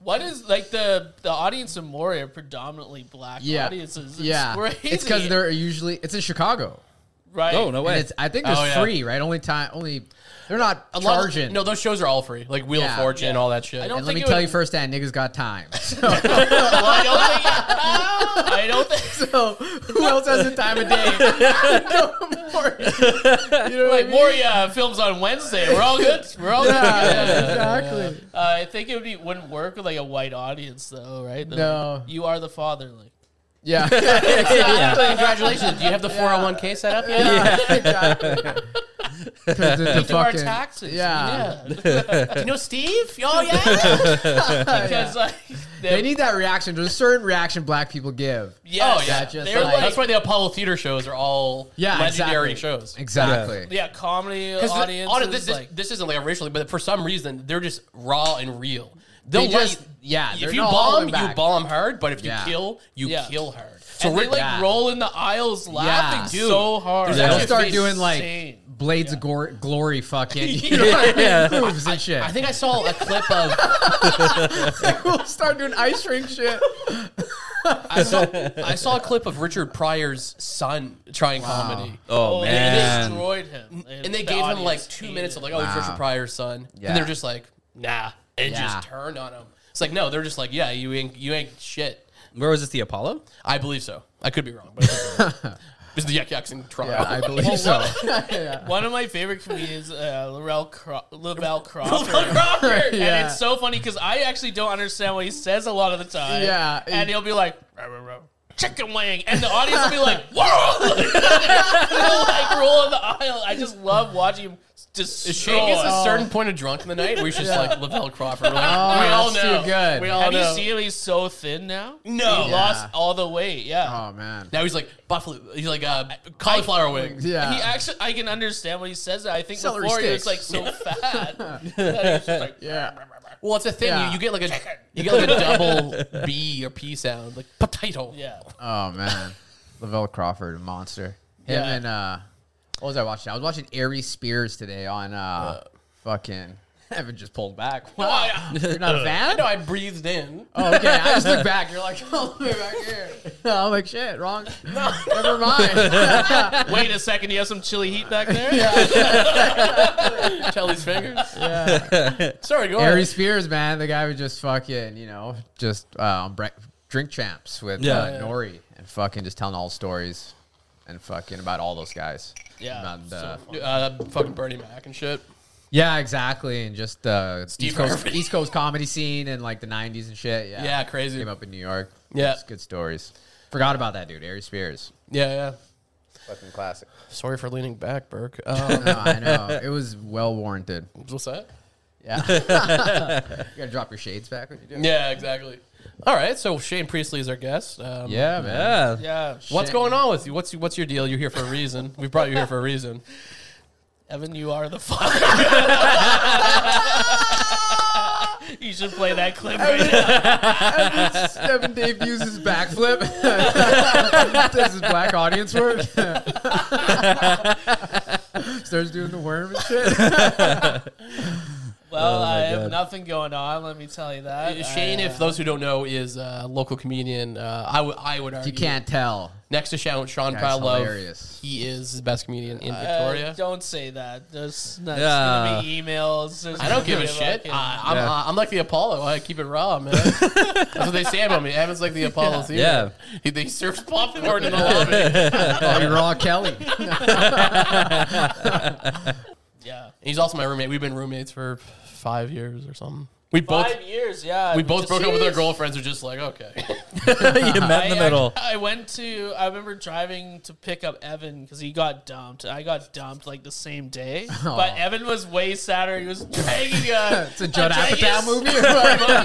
what is like the the audience in Maury are predominantly black Yeah. audiences? It's yeah. crazy. It's because they're usually it's in Chicago. right. Oh no And way. it's I think there's Oh, yeah. free, right? Only time only they're not A lot of- charging. no, those shows are all free. Like Wheel Yeah. of Fortune, Yeah. all that shit. I don't and let think me it tell would- you firsthand, niggas got time. Well, I don't think. I don't think. So who else has the time of day? you know Like Maury uh, films on Wednesday. We're all good. We're all good. exactly. Uh, I think it would be, wouldn't work with like a white audience though, right? The- No. You are the father. Like Yeah. Congratulations. Do you have the 401k set up yet? Because we do our taxes. Yeah. Do you know Steve? Oh, yeah. Because like Oh, They need that reaction. There's a certain reaction black people give. Yes, Oh, yeah, just they're like- like, That's why the Apollo Theater shows are all Yeah, legendary exactly. shows. Exactly. yeah comedy Because the- audience. honest, this, is, like, is, this isn't like racially, but for some reason they're just raw and real. They'll They let just, you- yeah. they're if you not bomb, holding you back. bomb hard, but if you Yeah. kill, you Yeah. kill hard. So and they like yeah. roll in the aisles laughing Dude. so hard. There's They'll actually start it's doing like insane. Blades of Gor- Glory fucking you know, yeah, yeah. moves and shit. I think I saw a clip of we'll start doing ice ring shit. I saw, I saw a clip of Richard Pryor's son trying comedy. Oh Oh, they man. destroyed him, And they The gave him like audience two hated minutes of him. like, oh, it's Richard Pryor's son. Yeah. And they're just like, nah. And Yeah. just turned on him. It's like, no, they're just like, yeah, you ain't you ain't shit. Where was this? The Apollo? I believe so. I could be wrong, but I could be wrong. This is the Yuck Yucks in Toronto. Yeah, I believe so. One of my favorite comedians, uh, Lorel Cro- Lavelle Crawford. Crawford. Yeah. And it's so funny because I actually don't understand what he says a lot of the time. Yeah. And he'll be like, "Rah, rah, rah, chicken wing. And the audience will be like, whoa. They'll like roll in the aisle. I just love watching him just Shane gets a destroy. certain point of drunk in the night where he's just like Lavelle Crawford. We're like, Oh, we all that's too know. good. We all Have know. you seen him? He's so thin now. No. He Yeah. lost all the weight. Yeah. Oh man. Now he's like buffalo. He's like uh, cauliflower wings. Yeah. He actually, I can understand what he says. I think Celery before he was sticks. like so fat. that he was just like, yeah. Well, it's a thing. Yeah. You, you get like a you get like a double B or P sound, like potato. yeah. Oh man. Lavelle Crawford, a monster. Him Yeah. and uh what was I watching? I was watching Aries Spears today on uh fucking Evan just pulled back. Wow. Oh, yeah. You're not a fan? No, I breathed in. Oh, okay. I just look back. You're like, oh, look back here. I'm like, shit, wrong. Never mind. Wait a second, you have some chili heat back there? Chelly's fingers. Sorry, go Aries on. Spears, man, the guy was just fucking, you know, just uh, on bre- drink champs with Yeah. uh, Nori and fucking just telling all stories and fucking about all those guys. Yeah, And, uh, Uh, fucking Bernie Mac and shit. yeah, exactly. And just uh, East Coast Irwin. East Coast comedy scene and like the '90s and shit. Yeah, Yeah, crazy. Came up in New York. Yeah. It's good stories. Forgot about that dude, Aries Spears. Yeah, yeah. Fucking classic. Sorry for leaning back, Burke. Um, No, I know it was well warranted. what's that? Yeah. you gotta drop your shades back when you do. it. Yeah, exactly. All right, so Shane Priestley is our guest. Um, Yeah, man. Yeah. yeah. What's going on with you? What's what's your deal? You're here for a reason. We brought you here for a reason. Evan, you are the father. You should play that clip right now. Seven Dave uses backflip. Does his black audience work? Starts doing the worm and shit. Well, I have Oh God. nothing going on. Let me tell you that. Uh, Shane, I, if those who don't know, is a local comedian. Uh, I would I would argue You can't tell. next to Sean, Sean Guy's Prilove, hilarious. he is the best comedian in uh, Victoria. don't say that. There's not Yeah. gonna be emails. There's I don't give a gonna be shit. Ah. fucking- I, I'm, uh, Yeah. I'm like the Apollo. I keep it raw, man. That's what they say about me. Evan's like the Apollo. Theater. Yeah. He, he serves popcorn in the lobby. Oh, you're all Kelly. yeah. He's also my roommate. We've been roommates for five years or something. We both Five years, yeah. we both broke up with our Jeez. girlfriends. Are just like okay. you met in the I- I- middle. I, went to. I remember driving to pick up Evan because he got dumped. I got dumped like the same day, but Evan was way sadder. He was dragging a. It's a Judd I'm taking Apatow a- movie.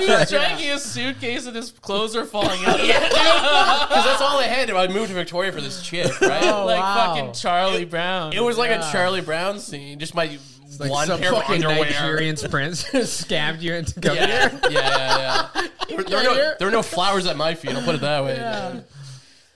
he was dragging a suitcase and his clothes were falling out. of it. Because that's all I had. I moved to Victoria for this chick, right? Oh, like wow. fucking Charlie Brown. It was like Yeah. a Charlie Brown scene. Just my Like one some pair of fucking underwear. Nigerian prince scammed you into coming Yeah, here. yeah, yeah. yeah. There, there were no, here? there were no flowers at my feet. I'll put it that way.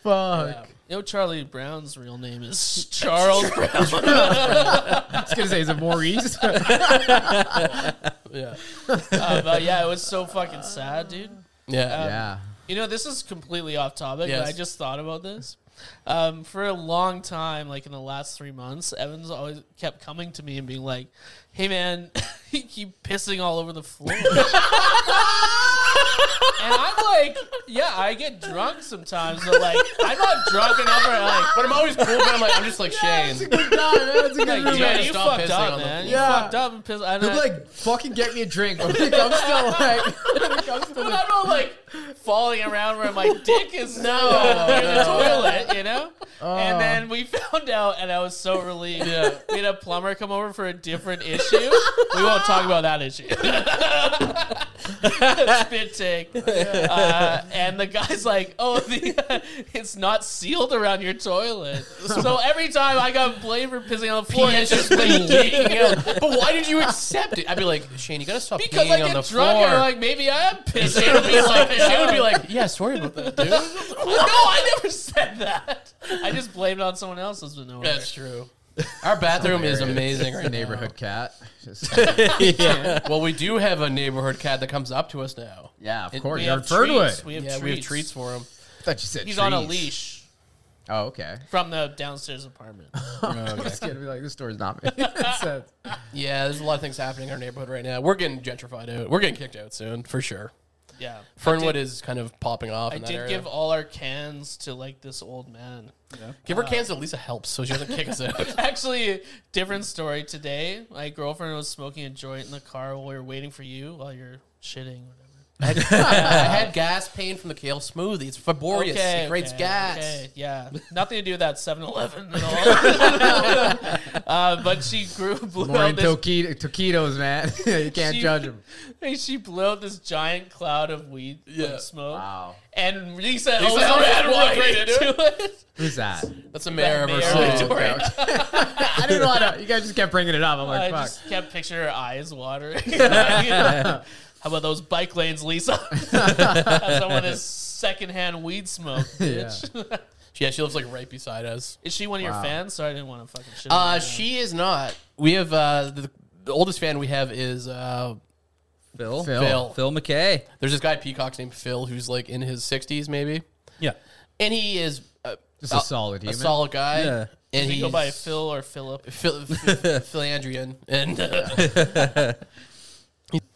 Fuck. You know Charlie Brown's real name is Charles. I was gonna say, is it Maurice? Yeah, Uh, but yeah, it was so fucking sad, dude. yeah. yeah. You know, this is completely off topic, Yes. but I just thought about this. Um, for a long time, like in the last three months, Evans always kept coming to me and being like, "Hey, man, you keep pissing all over the floor." and I'm like, "Yeah, I get drunk sometimes, but like, I'm not drunk enough. Or, like, But I'm always cool. But I'm like, I'm just like That's a Shane. good guy. man. That's a good like roommate. yeah, gotta you stop fucked pissing on up, the man. floor." You Yeah. fucked up and pissed." And He'll I, be like, fucking get me a drink. I'm like, I'm still like, I'm still I'm like, not like falling around where my dick is no, in the no. Oh. toilet, you know. And then we found out, and I was so relieved. We had a plumber come over for a different issue. we won't talk about that issue. Spit take. Uh, and the guy's like, "Oh, the, it's not sealed around your toilet." So every time I got blamed for pissing on the floor, it's just leaking. but why did you accept it? I'd be like, Shane, you gotta stop Because peeing I on the get drunk floor. and I'm like maybe I am pissing. Shane would be like, Something Shane would be else. like, yeah, sorry about that, dude. no, I never said that. I just blamed it on someone else's with no That's true. Our bathroom is amazing right now. neighborhood cat. Just- Well, we do have a neighborhood cat that comes up to us now. yeah, of It- course. we You're in have treats. Fernwood. We have, yeah, treats. we have treats for him. I thought you said He's on a trees. leash Oh, okay. from the downstairs apartment. Oh, I was gonna be like, this store's not making sense. Yeah, there's a lot of things happening in our neighborhood right now. We're getting gentrified out. We're getting kicked out soon for sure. Yeah. Fernwood is kind of popping off. I in that did area. give all our cans to like this old man. Give her cans to Lisa helps so she doesn't kick us out. Actually, different story today. My girlfriend was smoking a joint in the car while we were waiting for you while you're shitting. Whatever. I had gas pain from the kale smoothie. It's fiborious. it creates gas. okay, yeah, nothing to do with that 7-Eleven at all. uh, but she grew blew Maureen out this Tokido, Tokitos, man. you can't She- judge him. And she blew out this giant cloud of weed like, Yeah. "Oh, smoke. Wow. And "Oh, Lisa, Lisa Lisa ran right, right into it. Who's that? That's a mayor of Mayor her of soul. Victoria. I didn't know how to. You guys just kept bringing it up. I'm I like, fuck. just kept picturing her eyes watering. How about those bike lanes, Lisa? Someone is secondhand weed smoke, bitch. Yeah, she lives like right beside us. Is she one of your fans? Sorry, I didn't want to fucking shit. on Uh, you. she is not. We have uh, the, the oldest fan we have is uh, Phil, Phil. Phil. Phil McKay. There's this guy Peacock's named Phil who's like in his 60s maybe, Yeah, and he is uh, Just a solid a human. solid guy. Yeah. And Does he he go by Phil or Philip? Phil, Philandrian, and uh,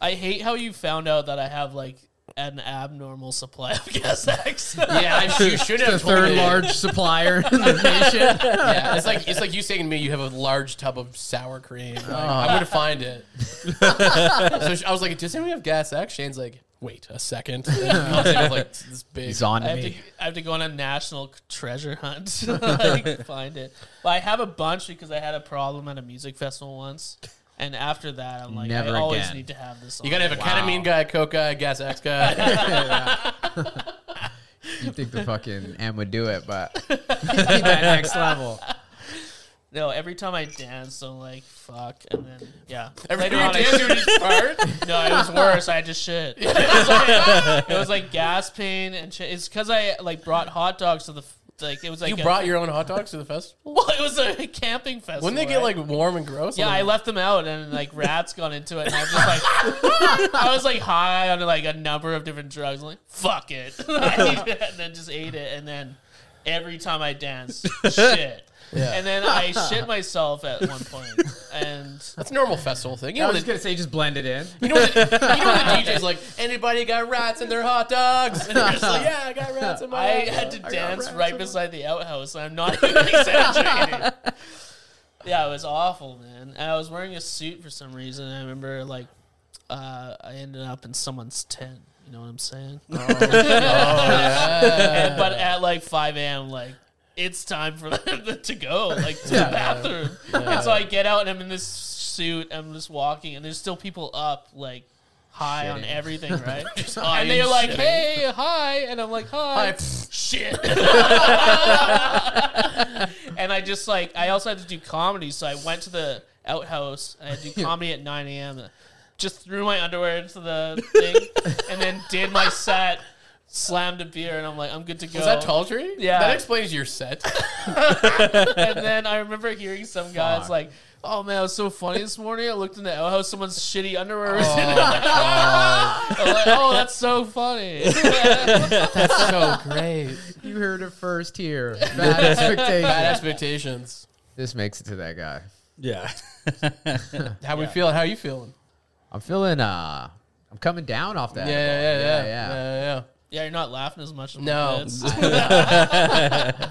I hate how you found out that I have like an abnormal supply of gas X. yeah, I, you should the have told third me. large supplier in the nation. Yeah, it's like it's like you saying to me you have a large tub of sour cream. Like, Ah. I'm gonna find it. so she- I was like, does anyone have gas X? Shane's like, wait a second. And I was like, like, this big. He's on I to have, to, me. I have to go on a national c- treasure hunt to like, find it. But I have a bunch because I had a problem at a music festival once. And after that, I'm like, Never I always again. need to have this. You gotta have a ketamine guy, coke guy, gas X guy. You think the fucking M would do it, but that next level. No, every time I danced, I'm like, fuck. And then, yeah. Every Later time you on, I- dance, you just fart. No, it was worse. I had to shit. It was like, it was like gas pain and shit. It's because I like brought hot dogs to the f- like. It was like You a- brought your own hot dogs to the festival. Well, it was a camping festival. Wouldn't they get right? like warm and gross? Yeah, I'm I like, left them out, and like rats got into it, and I was just like, I was like high on like a number of different drugs. I'm like, fuck it, and then just ate it, and then every time I danced, shit. And then I shit myself at one point, and That's a normal festival thing. You I know, was the, just gonna say, just blend it in. you know, the, you know the DJ's like, anybody got rats in their hot dogs? And they're just like, yeah, I got rats in my I hot had dog." to I got dance rats right in my- beside the outhouse. and I'm not even exaggerating. yeah, it was awful, man. And I was wearing a suit for some reason. I remember, like, uh, I ended up in someone's tent. You know what I'm saying? And- but at like 5 a.m., like, it's time for them to go, like, to the bathroom. And so I get out and I'm in this suit. I'm just walking, and there's still people up, like, high on Shitting. everything, right? high and they're and like, shitting. hey, hi. And I'm like, hi. I- shit. and I just like I also had to do comedy, so I went to the outhouse. and I had to do comedy at nine a.m. Just threw my underwear into the thing, and then did my set. Slammed a beer, and I'm like, I'm good to go. Was that tall tree? Yeah. That explains your set. and then I remember hearing some guys like, "Oh man, it was so funny this morning. I looked in the outhouse, someone's shitty underwear was Oh in it." I'm like, oh, that's so funny. so great. You heard it first here. Bad expectation. Bad expectations. This makes it to that guy. Yeah. How we feeling? How you feeling? I'm feeling. uh I'm coming down off that. Yeah, yeah, yeah, yeah, yeah. yeah, yeah. yeah, you're not laughing as much as my No. kids.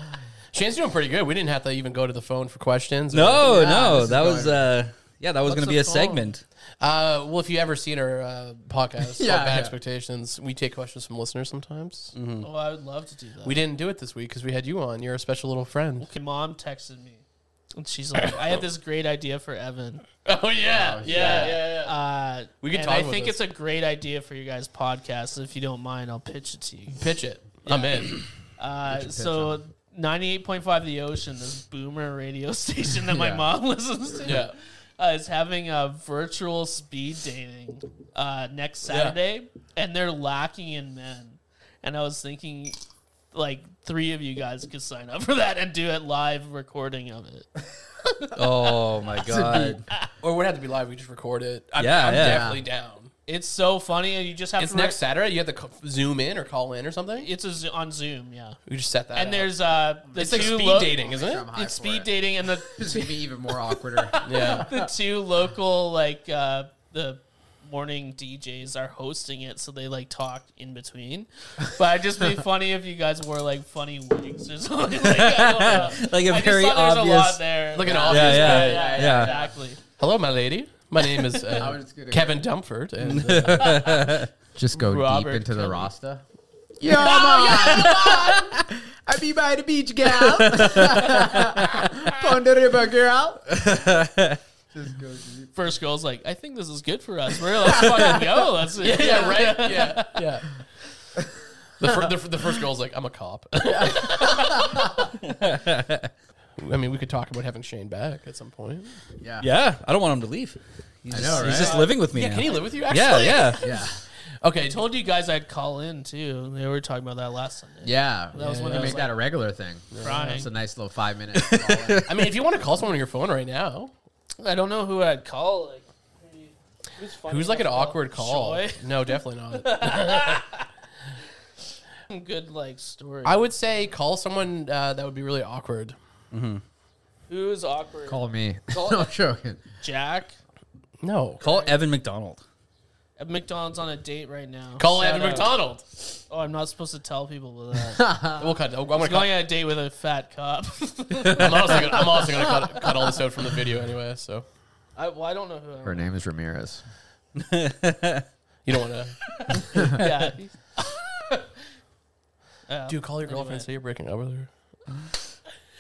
Shane's doing pretty good. We didn't have to even go to the phone for questions. No, Yeah, this no, is that was going- uh, yeah, that was What's going to be the a phone? segment. Uh, well, if you ever seen our uh, podcast, Yeah, yeah, Bad yeah. Expectations, we take questions from listeners sometimes. Oh, I would love to do that. We didn't do it this week because we had you on. You're a special little friend. Okay, mom texted me, and she's like, "I have this great idea for Evan. Oh yeah, yeah, yeah. Uh, We could and talk I about think this. it's a great idea for you guys' podcast. If you don't mind, I'll pitch it to you. Pitch it. I'm in. Uh, so." 98.5 The Ocean, this boomer radio station that my Yeah. mom listens to, Yeah. uh, is having a virtual speed dating uh, next Saturday, and they're lacking in men. And I was thinking, like, three of you guys could sign up for that and do a live recording of it. Oh my god. Or we'd have to be live. We just record it. I'm, Yeah, I'm yeah. definitely down. It's so funny, and you just have It's to. re- next Saturday. You have to co- zoom in or call in or something. It's a, zo- on Zoom, yeah. We just set that. And up. there's uh the it's two like speed lo- dating, isn't it? I'm high It's for speed it. dating, and the This would be even more awkwarder. Yeah. the two local like uh the morning DJs are hosting it, so they like talk in between. But it'd just be funny if you guys wore like funny wigs or something. Like, I don't know. Like a I just very thought there's a lot obvious. there. Like an yeah, obvious Yeah, yeah. guy. yeah, Yeah. exactly. Hello, my lady. My name is I uh, was just gonna- Kevin Dumford. And, uh, Just go Robert deep into the Kelly. Rasta. Yeah, man. I be by the beach, gal. On the river, girl. Just go deep. First girl's like, I think this is good for us. We're let's fucking go. Let's yeah, yeah, right. Yeah, yeah. The, fir- the, fir- the first girl's like, I'm a cop. I mean, we could talk about having Shane back at some point. Yeah. Yeah, I don't want him to leave. He's, I just, know, he's right? just living with me Yeah, now. can he live with you? Actually? yeah, yeah. Yeah. Okay, I told told you guys I'd call in too. They were talking about that last Sunday. Yeah. That was was when when I they was make that a regular thing. Crying. It's a nice little five minute. I mean, if you want to call someone on your phone right now, I don't know who I'd call. Like, who's, funny who's like an enough to awkward call? Shoy? No, definitely not. Some Good like story. I would say call someone uh, that would be really awkward. who's awkward? Call me. No, I'm joking. Jack. No, Call Evan McDonald. At McDonald's on a date right now. call Shout Evan out. McDonald. Oh, I'm not supposed to tell people that. We'll cut. I'm gonna I'm call. going on a date with a fat cop. I'm also gonna, I'm also gonna cut, cut all this out from the video anyway. So I, well, I don't know who. Her I'm, name is Ramirez. you don't want to. yeah. Yeah. Dude, call your Anyway. Mm-hmm. girlfriend. Say you're breaking up with her.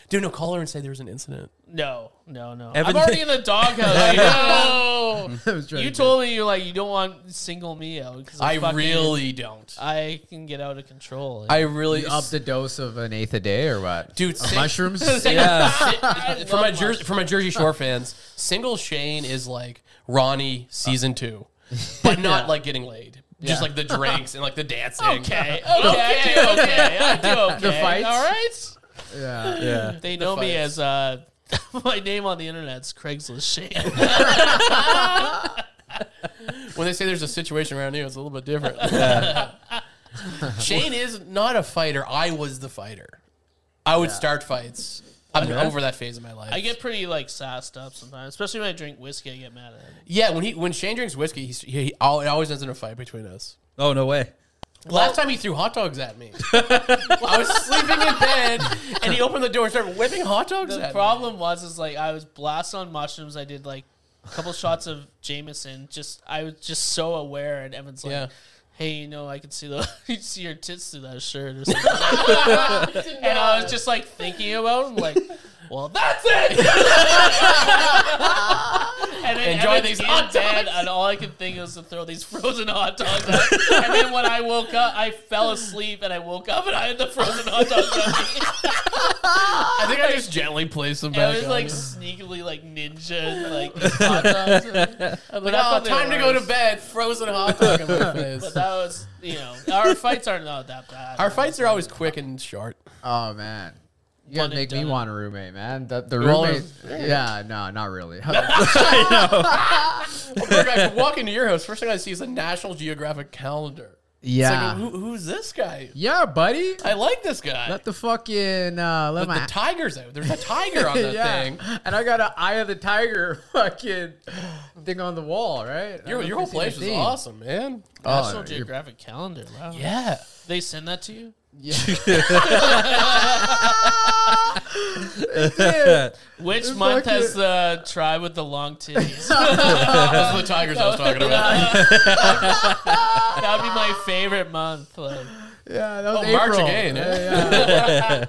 Dude, no, call her and say there was an incident. No, no, no. Evan- I'm already in the doghouse. Like, no. I was trying You to- told me you like you don't want to single me out. 'cause I fucking- really don't. I can get out of control. I really You up the dose of an eighth a day or what? Dude, Of sick. mushrooms. Yeah. I for my love Jersey for my Jersey Shore fans, single Shane is like Ronnie season two, but not like getting laid. Just like the drinks and like the dancing. Okay, okay, okay, okay. I do okay. The fights? All right. yeah. yeah. They know me fights. as uh, my name on the internet's Craigslist Shane. When they say there's a situation around you, it's a little bit different. Shane is not a fighter. I was the fighter. I would start fights. I'm over that phase of my life. I get pretty like sassed up sometimes, especially when I drink whiskey. I get mad at him. yeah. When he when Shane drinks whiskey, he's, he, he al- it always ends in a fight between us. Oh no way. Last time he threw hot dogs at me. I was sleeping in bed, and he opened the door and started whipping hot dogs The at problem was is like I was blasted on mushrooms. I did like a couple shots of Jameson. Just I was just so aware, and Evan's like. Yeah. Hey, you know, I can see the you see your tits through that shirt or something. and I was just like thinking about him, like, well, that's it. and then Enjoy Enjoy these these hot dead, and all I could think was to throw these frozen hot dogs. Out. and then when I woke up, I fell asleep, and I woke up, and I had the frozen hot dogs. on me. I think I just gently placed them I back. was on. like sneakily like ninja and like hot dogs. I'm like, oh, "Oh, time to go to bed. Frozen hot dog in my But face. that was you know our fights are not that bad. Our fights are always quick and short. Oh man. You One gotta and make me done. want a roommate, man. The, the Well, roommate. Yeah, no, not really. Like, I walk into your house, first thing I see is a National Geographic calendar. It's like, yeah, who, who's this guy? yeah, buddy. I like this guy. Let the fucking uh, let But my the tiger's out. There's a tiger on that yeah. thing. And I got an eye of the tiger fucking thing on the wall, right? I Your, don't your know whole place if you've seen is the theme. awesome, man. National Oh, you're- Geographic calendar. Wow. Yeah. They send that to you. Which month has the tribe with the long titties? Oh, Those are the tigers I was talking about. That'd be my favorite month. Like, Yeah, that was Oh, March April. again, Yeah, eh?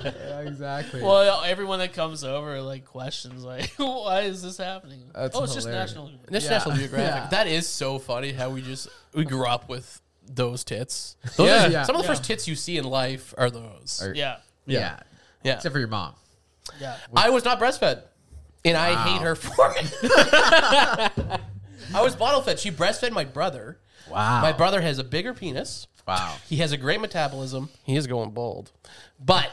yeah. Yeah, exactly. well, everyone that comes over like questions like, why is this happening? That's oh, it's just hilarious. national. That's Yeah. National Geographic. Yeah. That is so funny how we just we grew up with those tits. Those Yeah. are- Yeah. Some of the Yeah. first tits you see in life are those. Are- Yeah, yeah. yeah. except for your mom. yeah. I was not breastfed, and I hate her for it. I was bottle fed. She breastfed my brother. Wow. My brother has a bigger penis. wow. He has a great metabolism. He is going bald, but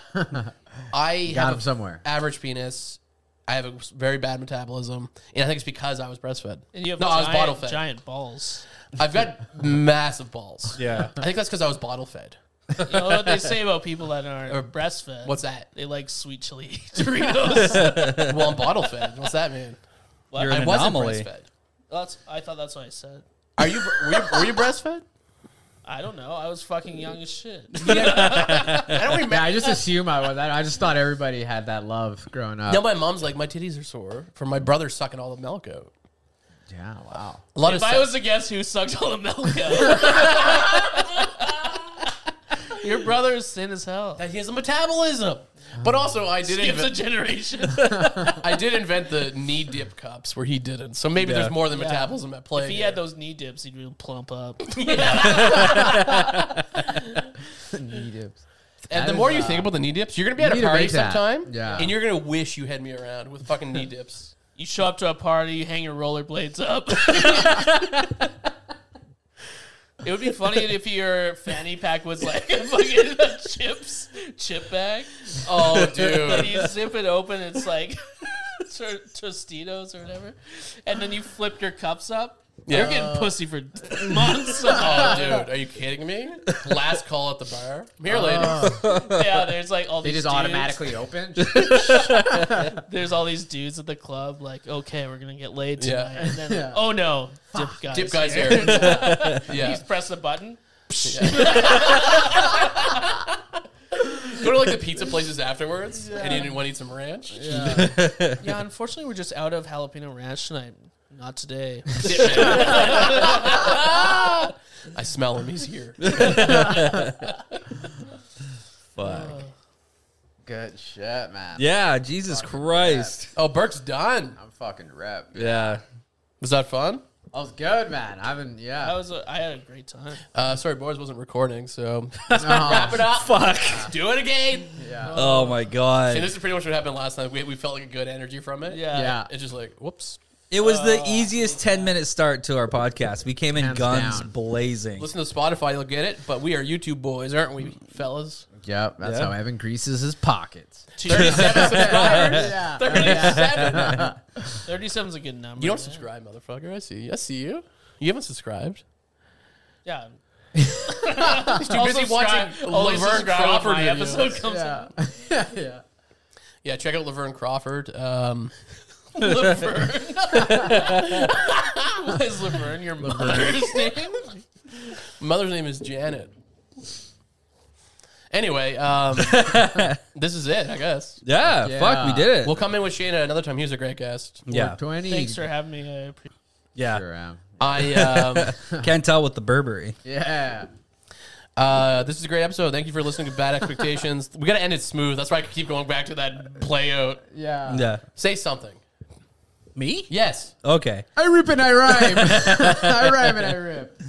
I Got have him a somewhere. average penis. I have a very bad metabolism, and I think it's because I was breastfed. And you have no, I giant, was bottle fed. giant balls. I've got massive balls. Yeah. I think that's because I was bottle fed. You know what they say about people that aren't breastfed? What's that? They like sweet chili Doritos. Well, I'm bottle fed. What's that mean? What? You're an I wasn't anomaly. breastfed. That's, I thought that's what I said. Are you were, you? were you breastfed? I don't know. I was fucking young as shit. I don't remember. Yeah, I just assume I was. I just thought everybody had that love growing up. Now my mom's like, my titties are sore from my brother sucking all the milk out. Yeah, wow. A lot if of I se- was to guess who sucked all the milk out. Your brother is thin as hell. he has a metabolism, but also I did Skips a invent, generation. I did invent the knee dip cups where he didn't. So maybe Yeah. there's more than Yeah. metabolism at play. if he had those knee dips, he'd really plump up. and That the is, more you uh, think about the knee dips, you're gonna be at need a to party make that. sometime, Yeah. and you're gonna wish you had me around with fucking knee dips. You show up to a party, you hang your rollerblades up. it would be funny if your fanny pack was like a fucking chips chip bag. Oh, But dude. you zip it open, it's like tor- Tostitos or whatever, and then you flip your cups up. You're getting pussy for months. Uh, Oh, dude, are you kidding me? Last call at the bar. Here, Oh, ladies. yeah, there's like all They these just dudes- automatically open. There's all these dudes at the club, like, okay, we're gonna get laid Yeah. tonight, and then Yeah. oh no, dip guys, Dip guys here. here. yeah. Just press the button. Go to like the pizza places afterwards, and you didn't want to eat some ranch. Yeah, unfortunately, we're just out of jalapeno ranch tonight. Not today. I smell him. He's here. Fuck. Good shit, man. Yeah, Jesus Christ. Oh, Burke's done. I'm fucking rep. Yeah. Was that fun? I was good, man. I've been yeah. That was a, I had a great time. Uh, sorry, Boris wasn't recording, so No. wrap it up. Fuck. Do it again. Yeah. Oh my And god. this is pretty much what happened last night. We, we felt like a good energy from it. Yeah. yeah. It's just like, whoops. It was the easiest 10 minute start to our podcast. We came in Oh. Hands guns down. blazing. Listen to Spotify, you'll get it. But we are YouTube boys, aren't we, fellas? Yep. That's Yeah. how Evan greases his pockets. 37 subscribers. Yeah. 37. 37's a good number. You don't man. subscribe, motherfucker. I see you. I see you. You haven't subscribed. Yeah. He's too I'll busy subscribe- watching I'll Laverne subscribe when Crawford my videos. episode comes out. Yeah. yeah. Yeah, check out Laverne Crawford. Um, Laverne. what is Laverne your mother's name? mother's name is Janet. Anyway, um, this is it, I guess. Yeah, Yeah. fuck, we did it. We'll come in with Shane at another time. He was a great guest. yeah. Twenty. Thanks for having me. I appreciate Yeah. Sure am. I um, Can't tell with the Burberry. Yeah. Uh, this is a great episode. Thank you for listening to Bad Expectations. we got to end it smooth. That's why I keep going back to that play out. Yeah. Yeah. Say something. Me? Yes. Okay. I rip and I rhyme. I rhyme and I rip.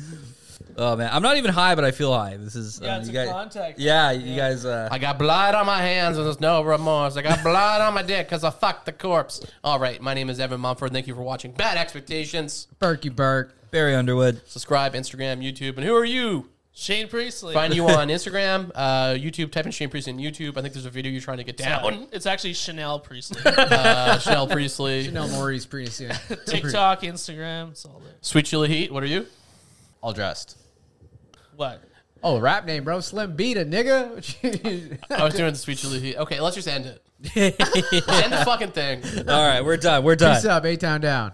Oh man, I'm not even high, but I feel high. This is uh, you guys. contact. Yeah, you guys. Uh, I got blood on my hands and there's no remorse. I got blood on my dick because I fucked the corpse. All right. My name is Evan Mumford. Thank you for watching Bad Expectations. Berkey Burke. Barry Underwood. Subscribe, Instagram, YouTube. And who are you? Shane Priestley. Find you on Instagram, uh, YouTube. Type in Shane Priestley on YouTube. I think there's a video you're trying to get down. It's actually Chanel Priestley. Uh, Chanel Priestley. No Maurice pretty soon. TikTok, Instagram, it's all there. Sweet Chili Heat. What are you? All dressed. What? Oh, rap name, bro. Slim Beta, nigga. I was doing the Sweet Chili Heat. Okay, let's just end it. Just end the fucking thing. All right, we're done. We're done. Peace up, A Town Down.